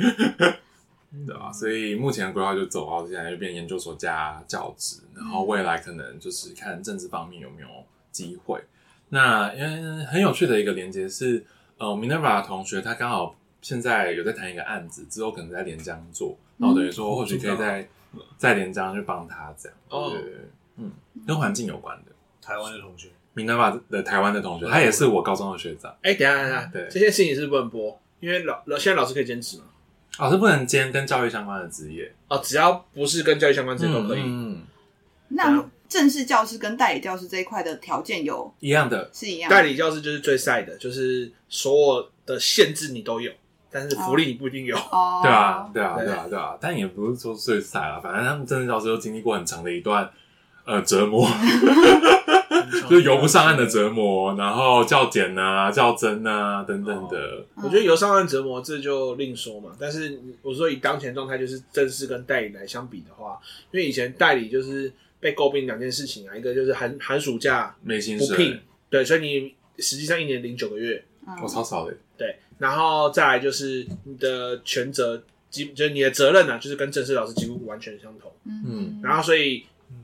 D: 对啊，所以目前的规划就走到现在，就变研究所加教职，然后未来可能就是看政治方面有没有机会。那因为很有趣的一个连接是，呃，我 Minerva 的同学他刚好现在有在谈一个案子，之后可能在连江做，那我等于说或许可以在在连江去帮他这样。
A: 哦
D: 对对对，嗯，跟环境有关的。
C: 台湾的同学，
D: Minerva 的台湾的同学，他也是我高中的学长。
A: 哎、等一下，等一下，
D: 对
A: 这件事情是不能播，因为老老现在老师可以兼职嘛，
D: 老师不能兼跟教育相关的职业，
A: 啊，只要不是跟教育相关，这些都可以。
D: 嗯，
B: 那正式教师跟代理教师这一块的条件有
D: 一样的。
B: 是一样的，
A: 代理教师就是最晒的，就是所有的限制你都有，但是福利你不一定有。
B: 哦，
D: 对啊，，对啊，
A: 对
D: 对啊，对啊，但也不是说最晒啦，反正他们政治教师都经历过很长的一段呃折磨， 就是游不上岸的折磨，然后教检啊、教真啊等等的，
B: 嗯
A: 我觉得由上岸折磨这就另说嘛，但是我说以当前状态，就是正式跟代理来相比的话，因为以前代理就是被诟病两件事情啊，一个就是寒寒暑假
D: 没薪
A: 不
D: 水
A: 聘，，对，所以你实际上一年零九个月，
B: 嗯
D: 我哦超少的。
A: 对，然后再来就是你的权责，基就是你的责任呢、啊，就是跟正式老师几乎完全相同。
D: 嗯
A: 然后所以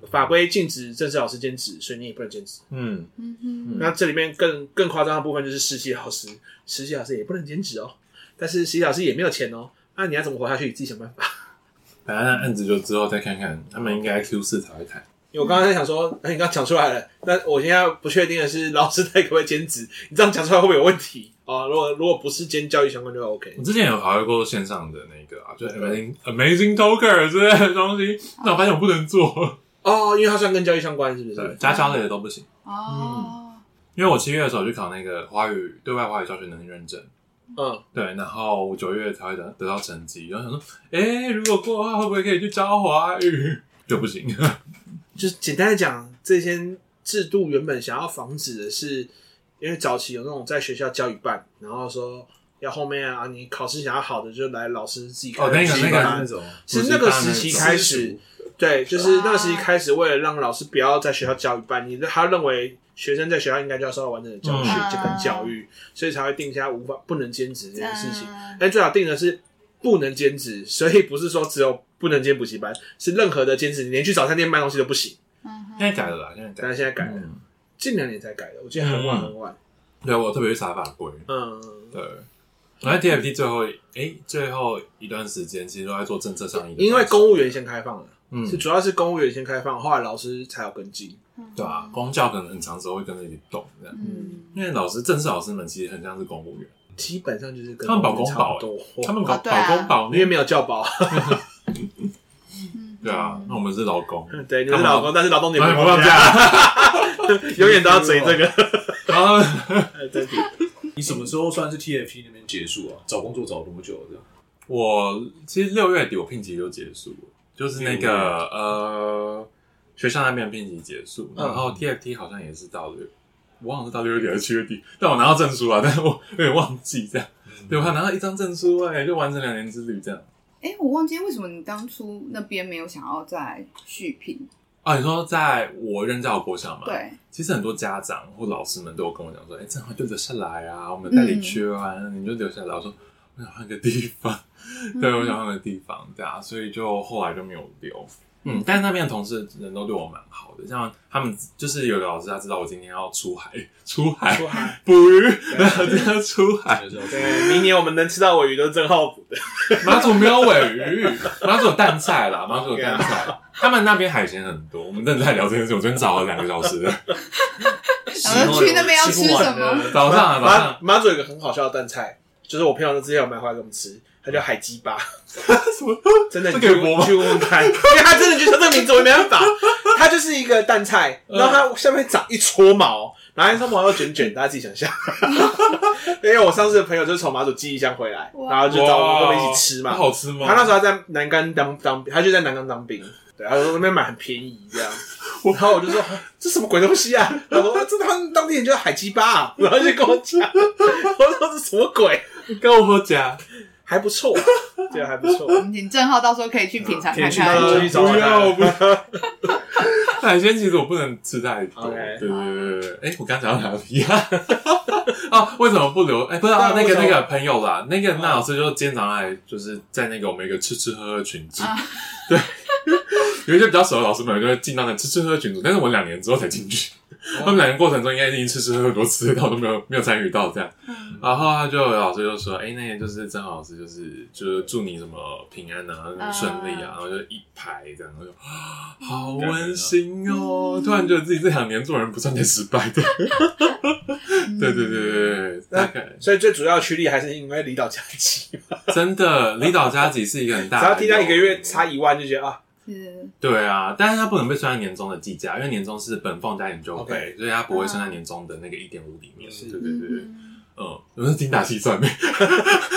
A: 法规禁止正式老师兼职，所以你也不能兼职。
D: 嗯，
B: 嗯哼，
D: 嗯
A: 那这里面更更夸张的部分就是实习老师，实习老师也不能兼职哦，但是实习老师也没有钱哦，那、你要怎么活下去？你自己想办法。
D: 反正那案子就之后再看看，他们应该 Q 四才会谈。
A: 因为我刚刚在想说，哎，你刚刚讲出来了，那我现在不确定的是，老师在可不可以兼职？你这样讲出来会不会有问题啊？如果如果不是兼教育相关就 OK，
D: 我之前有考虑过线上的那个啊，就是 Amazing Amazing Talker 之类的东西，但我发现我不能做，
A: 哦，因为它算跟教育相关，是不
D: 对，
A: 是？
D: 家教类的都不行。
B: 哦，
D: 因为我七月的时候去考那个华语对外华语教学能力认证，
A: 嗯，
D: 对，然后我九月才会得得到成绩，然后想说，哎、如果过的话，会不会可以去教华语？ 就不行，
A: 就是简单的讲，这些制度原本想要防止的是，因为早期有那种在学校教一半，然后说要后面啊，你考试想要好的就来老师自己开
D: 哦那个
A: 补习
D: 那个
A: 班
C: 那种
A: 是那个时期开始，对，就是那个时期开始，为了让老师不要在学校教一半，你他认为学生在学校应该就要受到完整的教训
B: 嗯
A: 这跟教育，所以才会定下无法不能兼职这件事情。
B: 嗯
A: 但最好定的是不能兼职，所以不是说只有不能兼补习班，是任何的兼职，你连去早餐店卖东西都不行。
B: 嗯哼
D: 现在改了啦，现在改
A: 但
D: 了。
A: 是现在改了，
D: 嗯，
A: 近两年才改的，我记得很晚很晚。
D: 对我特别去查法规，
A: 嗯，
D: 对，我在 TFT 最后哎、最后一段时间其实都在做政策上议的东西，
A: 因为公务员先开放了，
D: 嗯
A: 是主要是公务员先开放，后来老师才有跟进。
D: 对啊，公教可能很长时候会跟着一起动这样，
B: 嗯，
D: 因为老师正式老师们其实很像是公务员，
A: 基本上就是跟
D: 他们保
A: 公务员
D: 公保
A: 差不
D: 欸
A: 多，
D: 他们搞
B: 哦对啊
D: 保公保
A: 因为
D: 内，
A: 没有教保。
D: 对啊，
B: 嗯
D: 那我们是劳工，
A: 嗯对，你们是老公，但是劳动节
D: 当然
A: 不
D: 哎不放
A: 放假，
D: 假，
A: 永远都要嘴这个。
D: 然后。
A: 对
C: 你什么时候算是 TFP 那边结束啊？找工作找多久啊这样？
D: 我其实六月底我聘期就结束了，就是那
C: 六月
D: 个呃学校那边的聘期结束，
A: 嗯
D: 然后 TFT 好像也是到六，我忘了是到六月底还是七月底，但我拿到证书啊 了，但是我有点忘记这样，对，我还拿到一张证书哎、就完成两年之旅这样。
B: 哎，我忘记为什么你当初那边没有想要再续聘，
D: 啊，你说在我任教的国小嘛？，
B: 对，
D: 其实很多家长或老师们都有跟我讲说，哎、这样就留下来啊，我们带你去啊，你就留下来。我说我想换个地方，对，我想换个地方，对啊，所以就后来就没有留。嗯，但是那边的同事人都对我蛮好的，像他们就是有个老师，他知道我今天要出海，出海
A: 出海
D: 捕鱼，然后就要出
C: 嗯
D: 海。
A: 对，明年我们能吃到尾鱼都是郑浩补的。
D: 马祖没有尾鱼，马祖有淡菜啦，马祖有淡菜。他们那边海鲜很多，我们正在聊这件事，我昨天找了两个小时的，
B: 然后去那边要吃什么？
D: 早上啊，早上
A: 马马祖有一个很好笑的蛋菜，就是我朋友之前有买回来给我们吃，它叫海鸡巴。
D: 什么？
A: 真的，
D: 这
A: 你
D: 可
A: 去
D: 以播吗
A: 去问问看，因为他真的就叫这个名字，我也没 办法。它就是一个蛋菜，
D: 嗯
A: 然后它下面长一撮毛，然后那撮毛又卷卷，大家自己想 象。因为我上次的朋友就是从马祖寄一箱回来，
B: 哇
A: 然后就找我们一起吃嘛
D: 那。好吃吗？
A: 他那时候还在南竿当当，他就在南竿当兵，对，他说那边买很便宜这样。然后我就说这什么鬼东西啊？他说啊这他们当地人叫海鸡巴、啊，然后就跟我 讲，我说这什么鬼？
D: 跟我喝假，
A: 还不错，对，还不 错。
B: 请郑浩到时候可以去品尝看
A: 去那
B: 看
A: 个。去找
D: 不要
A: 他。
D: 海鲜其实我不能吃太多。
A: OK
D: 对对对对对，哎，我刚讲到哪里啊？ 哦，为什么不留？哎，不是啊，
A: 对啊
D: 那个
A: 为什么啊
D: 那个朋友啦，那个那老师就今天早上来，就是在那个我们一个吃吃喝喝群组，
A: 啊
D: 对， 有一些比较熟的老师们就会进到那吃吃喝喝群组，但是我两年之后才进去。他们两年过程中应该已经吃吃喝喝很多次，但我都没有没有参与到这样。
B: 嗯
D: 然后他就有老师就说：“哎、那个就是郑好老师，就是就是祝你什么平安啊，什么顺利啊。然后就一排这样，我就啊好温馨哦、突然觉得自己这两年做人不算太失败的。对对对对对，大概
A: 所以最主要的驱力还是因为离岛加 急，
D: 真的离岛加急是一个很大
A: 只
D: 的，
A: 要听到一个月差一万就觉得啊，
B: 是
D: 对啊，但是它不能被算在年终的计价，因为年终是本放加研究费
A: OK
D: 所以它不会算在年终的那个一点五里面。
A: 是
D: 对对对对，
B: 嗯
D: 嗯，我是精打细算的，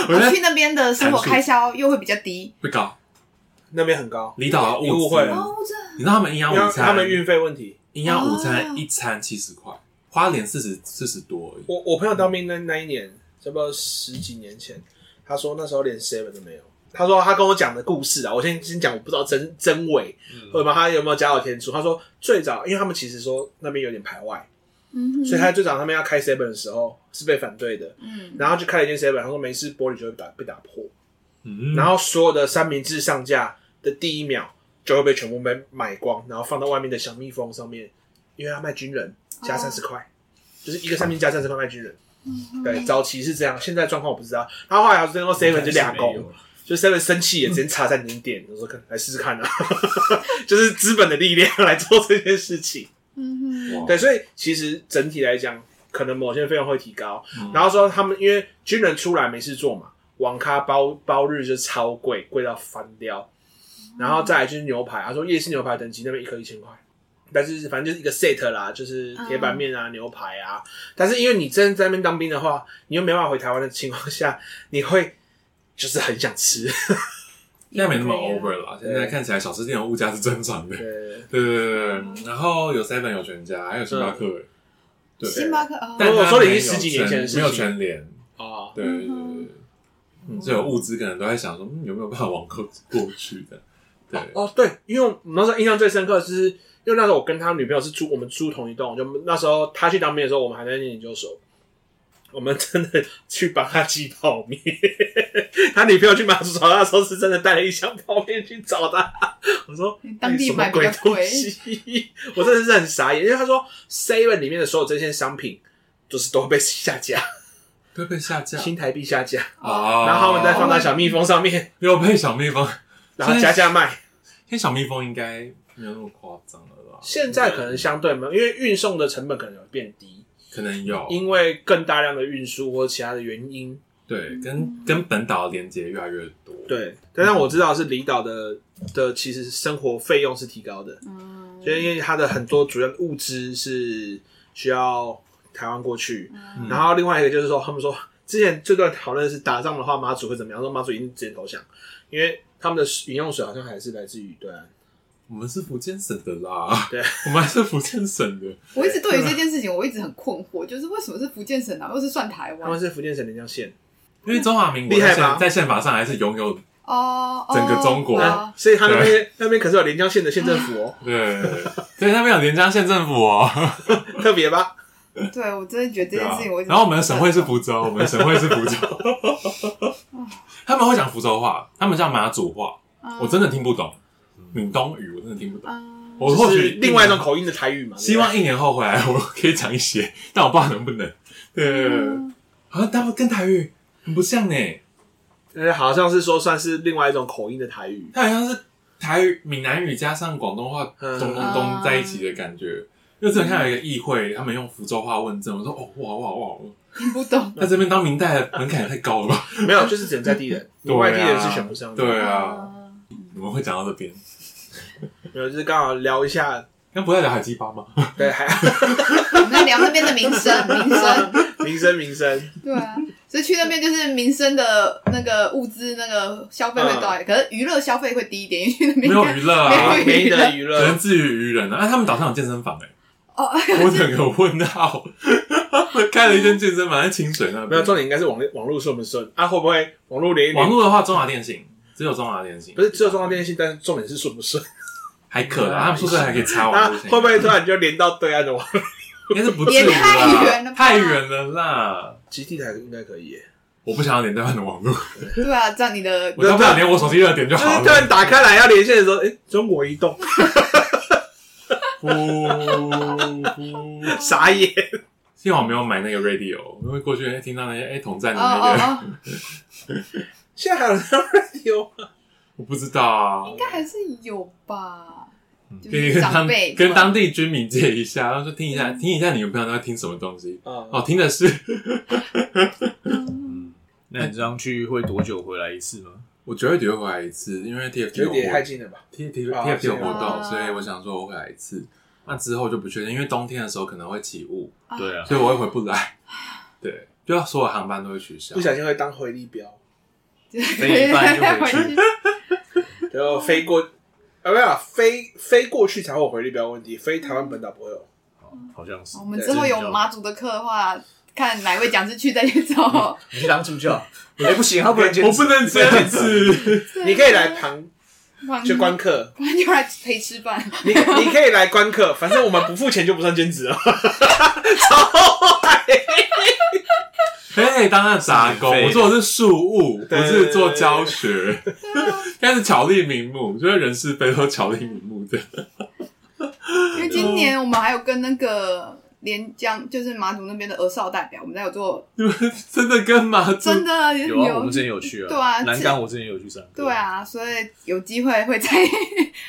D: 我
B: 我
D: 觉
B: 去
D: 得
B: 那边的生活开销又会比较低
D: 不高。
A: 那边很高，
D: 离岛的
A: 你
D: 物
A: 误
D: 资
A: 会了，
B: 哦，这
D: 你知道他们营养
A: 因为
D: 午餐，
A: 他们运费问题。
D: 营养午
B: 哦
D: 餐一餐七十块，花莲四十四十多而已。
A: 我我朋友当兵那那一年，差不多十几年前，他说那时候连 seven 都没有。他说他跟我讲的故事啊，我先先讲，我不知道真真伪，
D: 嗯
A: 或者嘛他有没有加到天数。他说最早，因为他们其实说那边有点排外，
B: 嗯哼，
A: 所以他最早他们要开 seven 的时候是被反对的，
B: 嗯
A: 然后就开了一间 seven，他说没事，玻璃就会打被打破。
D: 嗯，
A: 然后所有的三明治上架的第一秒就会被全部被买光，然后放到外面的小蜜蜂上面，因为他卖军人加
B: 哦
A: 三十块，就是一个三明治加三
B: 嗯
A: 十块卖军人。对，早期是这样，现在状况我不知道。然后后来好像 seven 就俩
C: 没
A: 公
C: 有，
A: 就 Seven 生气也直接插在你的点，我说看来试试看啊， 就是资本的力量来做这件事情。
B: 嗯
A: 对，所以其实整体来讲，可能某些费用会提高。然后说他们因为军人出来没事做嘛，网咖包包日就超贵，贵到翻掉。然后再来就是牛排，他说夜市牛排等级那边一颗一千块，但是反正就是一个 set 啦，就是铁板面啊、牛排啊。但是因为你真的在那边当兵的话，你又没办法回台湾的情况下，你会就是很想吃。
D: 现在没那么
B: 也可
D: over 了，现在看起来小吃店的物价是正常的。对
A: 对，
D: 对对对对，然后有 seven 有全家，还有星巴克，对，
B: 星巴克哦，
D: 但
A: 我
D: 它
A: 说的已经
D: 没有
A: 十几年前的
D: 全
A: 事
D: 没有
A: 情
D: 全联，
A: 哦，
D: 对对对对，嗯，所以有物资可能都在想说，嗯，有没有办法网购过去的？对，
A: 哦，对，因为我们那时候印象最深刻的是，因为那时候我跟他女朋友是住我们住同一栋，就那时候他去当兵的时候，我们还在念研究所。我们真的去帮他寄泡面，他女朋友去马祖找他的时候，是真的带了一箱泡面去找他。我说
B: 你当地
A: 哎什
B: 买
A: 么
B: 比
A: 鬼
B: 较
A: 东
B: 贵，
A: 西， 我真的是很傻眼，因为他说 Seven 里面的所有这些商品，就是都会被下架，
D: 会被下架
A: 新台币下架，
D: 啊
A: 然后他们再放在小蜜蜂上
B: 哦
A: 面，
D: 又被小蜜蜂，
A: 然后加价卖。
D: 现在小蜜蜂应该没有那么夸张了吧？
A: 现在可能相对没有，因为运送的成本可能有变低，
D: 可能有，
A: 因为更大量的运输或其他的原因。
D: 对，跟跟本岛的连接越来越多，，
A: 嗯对，但是我知道是离岛的的，其实生活费用是提高的，
B: 嗯
A: 就是因为它的很多主要物资是需要台湾过去。
D: 嗯
A: 然后另外一个就是说，他们说之前这段讨论的是打仗的话，马祖会怎么样？说马祖一定直接投降，因为他们的饮用水好像还是来自于对啊岸。
D: 我们是福建省的啦，
A: 对，
D: 我们还是福建 省的，
B: 我一直对于这件事情，我一直很困惑，就是为什么是福建省啊，又是算台
A: 他们
B: 湾？
A: 是福建省连江县，
D: 因为中华民国
A: 厉害
D: 在
A: 吧
D: 宪在宪法上还是拥有，
B: 哦，哦
D: 整个中国
B: 哦
A: 所以他那边那边可是有连江县的县政府哦，
D: 对，对，那边有连江县政府 哦，
A: 特别吧？
B: 对我真的觉得这
D: 对
B: 件
D: 啊
B: 事情，我一直
D: 然后我们的省会是福州，我们的省会是福州， 他们会讲福州话，他们讲马祖话，
B: 嗯，
D: 我真的听不懂，闽东语我真的听不懂，
B: 嗯，
D: 我
A: 嗯
D: 或
A: 啊就是
D: 许
A: 另外一种口音的台语嘛。
D: 希望一年后回来我可以讲一些，但我不知道能不能。对，
A: 嗯
B: 嗯
D: 好像他们跟台语很不像呢、
A: 对不对，呃，好像是说算是另外一种口音的台语。
D: 它好像是台语、闽南语加上广东话
A: 嗯
D: 咚咚咚在一起的感觉。因为之前看到一个议会，他们用福州话问政，我说哦哇哇
A: 嗯
D: 哇，
B: 听不懂。
D: 在这边当明代的门槛也太高 了吧？
A: 没有，就是只能在地 人，你外地人是选不上的。
D: 对啊，我们会讲到这边，
A: 没有，就是刚好聊一下，
D: 那不在聊海鸡 巴吗？
A: 对，还
B: 我们在聊那边的民生，民生，
A: 民生民生，
B: 对啊，所以去那边就是民生的那个物资那个消费会高一点，可是娱乐消费会低一点，因为去那
D: 嗯
B: 边应该
D: 没有娱乐啊
B: 没，有
A: 便宜的娱
D: 人
A: 乐。
D: 自娱于人啊。啊他们岛上有健身房哎、
B: 哦，
D: 我整个问号，开了一间健身房在清水那边。
A: 没有重点应该是网网络顺不顺啊？会不会网络连一
D: 网
A: 连？
D: 络的话，中华电信只有中华电信，
A: 不是只有中央电信，但是重点是顺不顺
D: 还可啦，他们宿舍还可以插
A: 啊
D: 网络？线，
A: 会不会突然就连到对岸的网？
D: 应该是不至于
B: 也太远
D: 啦
B: 了吧，
D: 太远了啦！
A: 极地台应该可以耶，
D: 我不想要连对方的网络，
B: 对啊，这样你的
D: 我不想连我手机热点 就
A: 就是
D: 好
A: 突然
D: 了。
A: 打开来要连线的时候，哎，中国移 动，
D: 呼呼
A: 傻眼。
D: 幸好我没有买那个 radio，因为过去听到那些哎统战
B: 哦
D: 的那
B: 哦
D: 个，
B: 哦，
A: 现在还有人要 radio 吗？
D: 我不知道啊。
B: 应该还是有吧，就
D: 可以
B: 是
D: 跟
B: 长
D: 当
B: 辈
D: 跟当地居民借一下，然后说听一下，听一下你们平常都在听什么东西。哦，
A: 啊，
D: 听的是
C: 嗯那你这样去会多久回来一次吗？
D: 我绝对只会回来一次，因为 TFT
A: 有
D: 有
A: 点
D: 活
A: 太近了吧？
D: T T T
A: 啊
D: F 有活
B: 啊
D: 动，所以我想说我会来一次。那之后就不确定，因为冬天的时候可能会起雾，
C: 对啊，
D: 所以我会回不来。对，就要所有航班都会取消
A: 不。小心会当回力镖。
C: 飞一半就回去。
A: 然后飞过，啊，没有啊飞飞过去才会有回力标问题，飞台湾本岛不会有。
C: 好像是
B: 我们之后有马祖的课的话，看哪位讲师去再去找。
C: 你去当助教，哎，不行，他不能兼职，
D: 我不能这样 子，
A: 嗯
B: 啊
A: 你可以来旁就观，课，
B: 不然就来陪吃饭。
A: 你你可以来观课， 反正我们不付钱就不算兼职啊。
D: 可以当那杂工。
C: 免费的
D: 我做的是事务，不
A: 对
D: 是做教学。但是巧立名目，就是人事费都巧立名目的。
B: 因为今年我们还有跟那个。连江就是马祖那边的俄少代表，我们在有做，
D: 你们真的跟马祖
B: 真的有
C: 有啊，我们之前有去啊，
B: 对啊
C: 南
B: 这
C: 港我之前有去上课，
B: 对，啊，所以有机会会在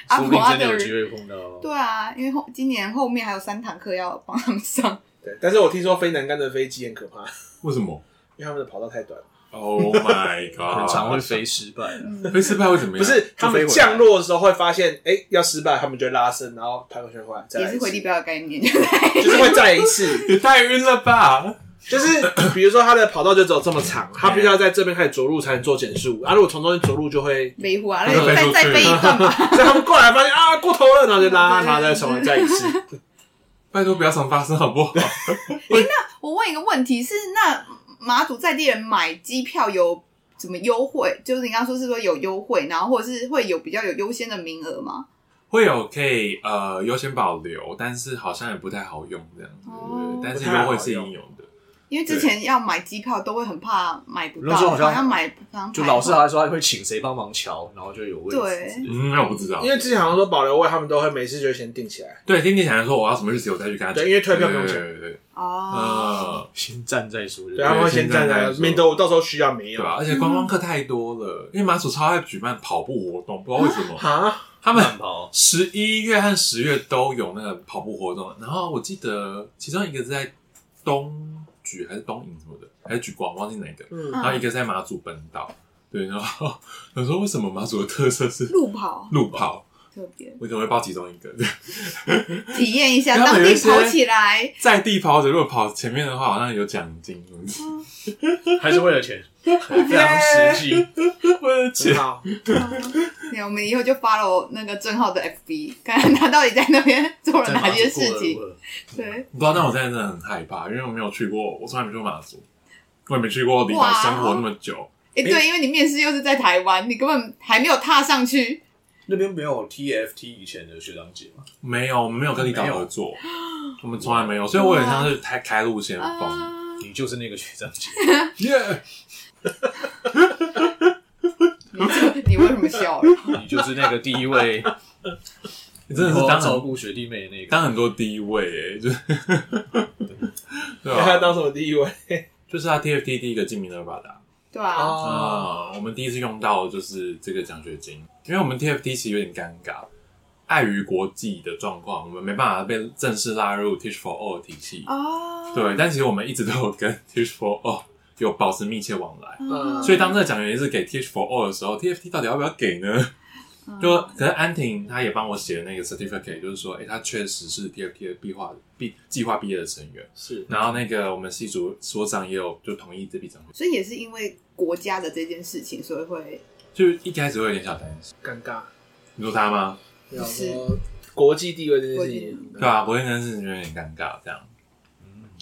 B: 阿
C: 说不
B: 婆
C: 定
B: 阿
C: 真的
B: 的
C: 有
B: 人
C: 机会碰到哦。
B: 对啊，因为后今年后面还有三堂课要帮他们上，
A: 对，但是我听说飞南竿的飞机很可怕，
D: 为什么
A: 因为他们的跑道太短了。
D: ？Oh my
C: 很
D: god！
C: 常会飞失败啊，
B: 嗯，
D: 会失败会怎么
A: 不
D: 样？
A: 是他
C: 飞
A: 们
C: 回来
A: 降落的时候会发现，哎、要失败，他们就会拉伸，然后弹回圈回来，再来
B: 也
A: 一
B: 是
A: 次
B: 回地标的概念，就
A: 就是会再来一 次。
D: 也太晕了吧！
A: 就是比如说他的跑道就只有这么长，他必须要在这边开始着陆才能做减速，啊，如果从中间着陆就会，
B: 维护啊，
D: 那
B: 那
D: 就
B: 就
D: 飞出
B: 再
D: 去
B: 再飞一 段吧。
A: 所以他们过来发现啊过头了，然后就拉，然后再重来再一次。
D: 拜托不要常发生好不好？
B: 我问一个问题是，那马祖在地人买机票有什么优惠？就是你刚刚说是说有优惠，然后或者是会有比较有优先的名额吗？
D: 会有可以呃优先保留，但是好像也不太好用这样子，
B: 哦
D: 对但是优惠是应有的。
B: 因为之前要买机票都会很怕买不
C: 那
B: 到，
C: 时候好像
B: 像买不上
C: 就
B: 台
C: 老师
B: 吧
C: 还说他会请谁帮忙瞧，然后就有位置。
B: 对
D: 嗯，那我不知道
A: 因，为之前好像说保留位，他们都会每次就先定起来，
D: 对，今天想来说我要什么日子我再去跟他讲，
A: 对因为退票不用
D: 对
A: 钱
D: 对对对，
B: 哦，
D: 呃，
C: 先站再说。
A: 对，他们会先站在
D: 先站在
A: 免得我到时候需要没
D: 对
A: 有
D: 吧？而且观光客太多了，因为马祖超爱举办跑步活动，不知道为什么，
A: 啊，
D: 他们
C: 慢跑，
D: 十一月和十月都有那个跑步活动，然后我记得其中一个是在东举还是东营什么的，还是举光，忘记哪一个，
A: 嗯
B: 嗯
D: 然后一个在马祖本岛，对，然后 我说为什么马祖的特色是
B: 路跑
D: 路跑？
B: 特别
D: 我可能会报其中一个，对
B: 体验一下
D: 然后
B: 当
D: 有
B: 地
D: 一些
B: 跑起来，
D: 在地跑者如果跑前面的话，好像有奖金，
C: 还是为了钱，啊非常实际。
D: 我的
A: 很
D: 钱
A: 好，
B: 对，我们以后就 follow 那个郑浩的 FB，看看他到底在那边做了
C: 在
B: 哪
C: 马
B: 些
C: 祖过
B: 事
C: 得
B: 情
C: 如。何
B: 对，
D: 不知道，但我现在真的很害怕，因为我没有去过，我从来没去过马祖，我也没去过离岛生活那么久。
B: 哎，对，因为你面试又是在台湾，你根本还没有踏上去。
C: 那边没有 TFT 以前的学长姐吗？
D: 没有，我们没有跟离岛
C: 没有
D: 合作，我们从来没有，所以我很像是开开路先锋。
B: 啊，
C: 你就是那个学长姐，
D: 耶！
B: 你这你为什么 笑了？
C: 你就是那个第一位，
D: 你真的是当
C: 照
D: 很
C: 顾学弟妹的那个。
D: 当很多第一位哎，就是 对
A: 那他
D: 啊，
A: 当什么第一位？
D: 就是他 TFT 第一个进明德巴达
B: 对啊，
A: 哦，
D: 啊，我们第一次用到的就是这个奖学金，因为我们 TFT 其实有点尴尬。碍于国际的状况，我们没办法被正式拉入 Teach for All 体系。
B: 哦，
D: 对，但其实我们一直都有跟 Teach for All 有保持密切往来。
B: 嗯，
D: 所以当这个奖学金是给 Teach for All 的时候，TFT 到底要不要给呢？
B: 嗯
D: 就可是安婷她也帮我写了那个 certificate，就是说，哎、她确实是 TFT 的计划毕计划毕业的成员。
A: 是
D: 然后那个我们系主所长也有就同意这笔奖学金，
B: 所以也是因为国家的这件事情，所以会
D: 就是一开始会有点小担心。
A: 尴尬，
D: 你说他吗？
A: 然后国际地位这件事情，
D: 对啊，国内真是有点尴尬这样。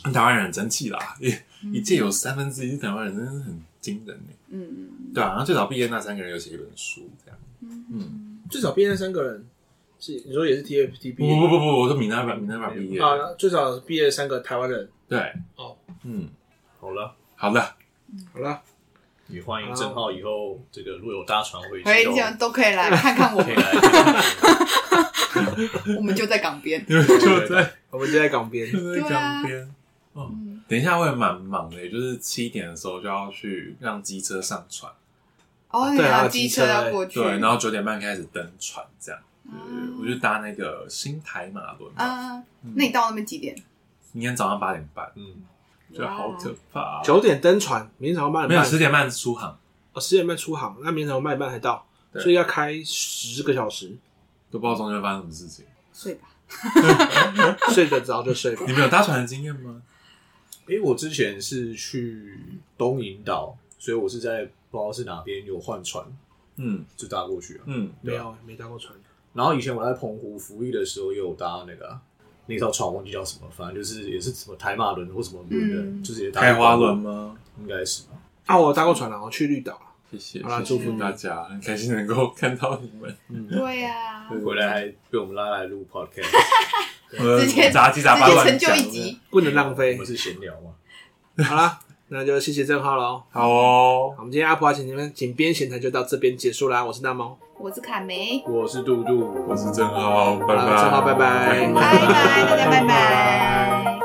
D: 嗯，台湾人很争气啦， 一一届有三分之一是台湾人，真的是很惊人呢。
B: 嗯
D: 对啊，然后最早毕业那三个人有写一本书这样。
B: 嗯
D: 嗯
B: 嗯
A: 最少毕业那三个人是你说也是 TFT 毕
D: 不
A: 业
D: 不不不，我说闽南版闽南版毕业的。
A: 啊，最少毕业三个台湾人。
D: 对，
A: 哦，
D: 嗯，
C: 好了，
D: 好的，
A: 好了，
C: 也欢迎郑浩以后这个若有搭船
B: 回
C: 回去
B: 这
C: 都
B: 样都可以来看 看我
C: 可以
B: 们，
C: 来 看看。
B: 我们就在港 边。
D: 因为就在
A: 我们就在港边，
D: 就在港边。哦
B: 嗯，
D: 等一下会蛮忙的，也欸就是七点的时候就要去让机车上船，
B: 哦，你
A: 对啊
B: 拿机车要过去，
D: 对，然后九点半开始登船，这样。对
B: 啊
D: 我就搭那个新台马轮，
B: 啊，那你到那边几点？
D: 明天早上八点半，
C: 嗯，
D: 觉得好可怕。啊
A: 九点登船，明天早上八点
D: 没有
A: 半，
D: 十点半出航，
A: 哦十点半出航，那明天早上八点半才到，
D: 对
A: 所以要开十个小时，
D: 都不知道中间会发生什么事情。
B: 睡吧。
A: 睡得着就睡吧。
D: 你们有搭船的经验吗？
C: 因为我之前是去东引岛，所以我是在不知道是哪边有换船，
D: 嗯
C: 就搭过去了。
D: 嗯，
A: 没有，没搭过船。
C: 然后以前我在澎湖服役的时候，也有搭那个啊那艘船，忘记叫什么，反正就是也是什么台马轮或什么轮的，
B: 嗯
C: 就是也搭
D: 开花轮，吗？
C: 应该是吧。
A: 啊，我搭过船了，我去绿岛了。
D: 谢谢，
A: 好啦
D: 谢谢
A: 祝福
B: 你
D: 大家，很开心能够看到你 们。
B: 对啊呀，
C: 回来还被我们拉来录 podcast，
D: 呃
B: 直接
D: 杂七杂
B: 直
D: 八
B: 接
D: 乱
B: 成就
D: 讲
B: 一集。
A: 不能浪
C: 我
A: 费
C: 们。是闲聊嘛。
A: 好啦，那就谢谢郑浩喽。
D: 好哦
A: 好，我们今天阿婆请你们井边闲谈就到这边结束啦。我是大猫，
B: 我是卡梅，
C: 我是杜杜，
D: 我是郑浩，拜
A: 好
D: 拜，
A: 郑浩拜拜
B: 拜拜，大家拜拜。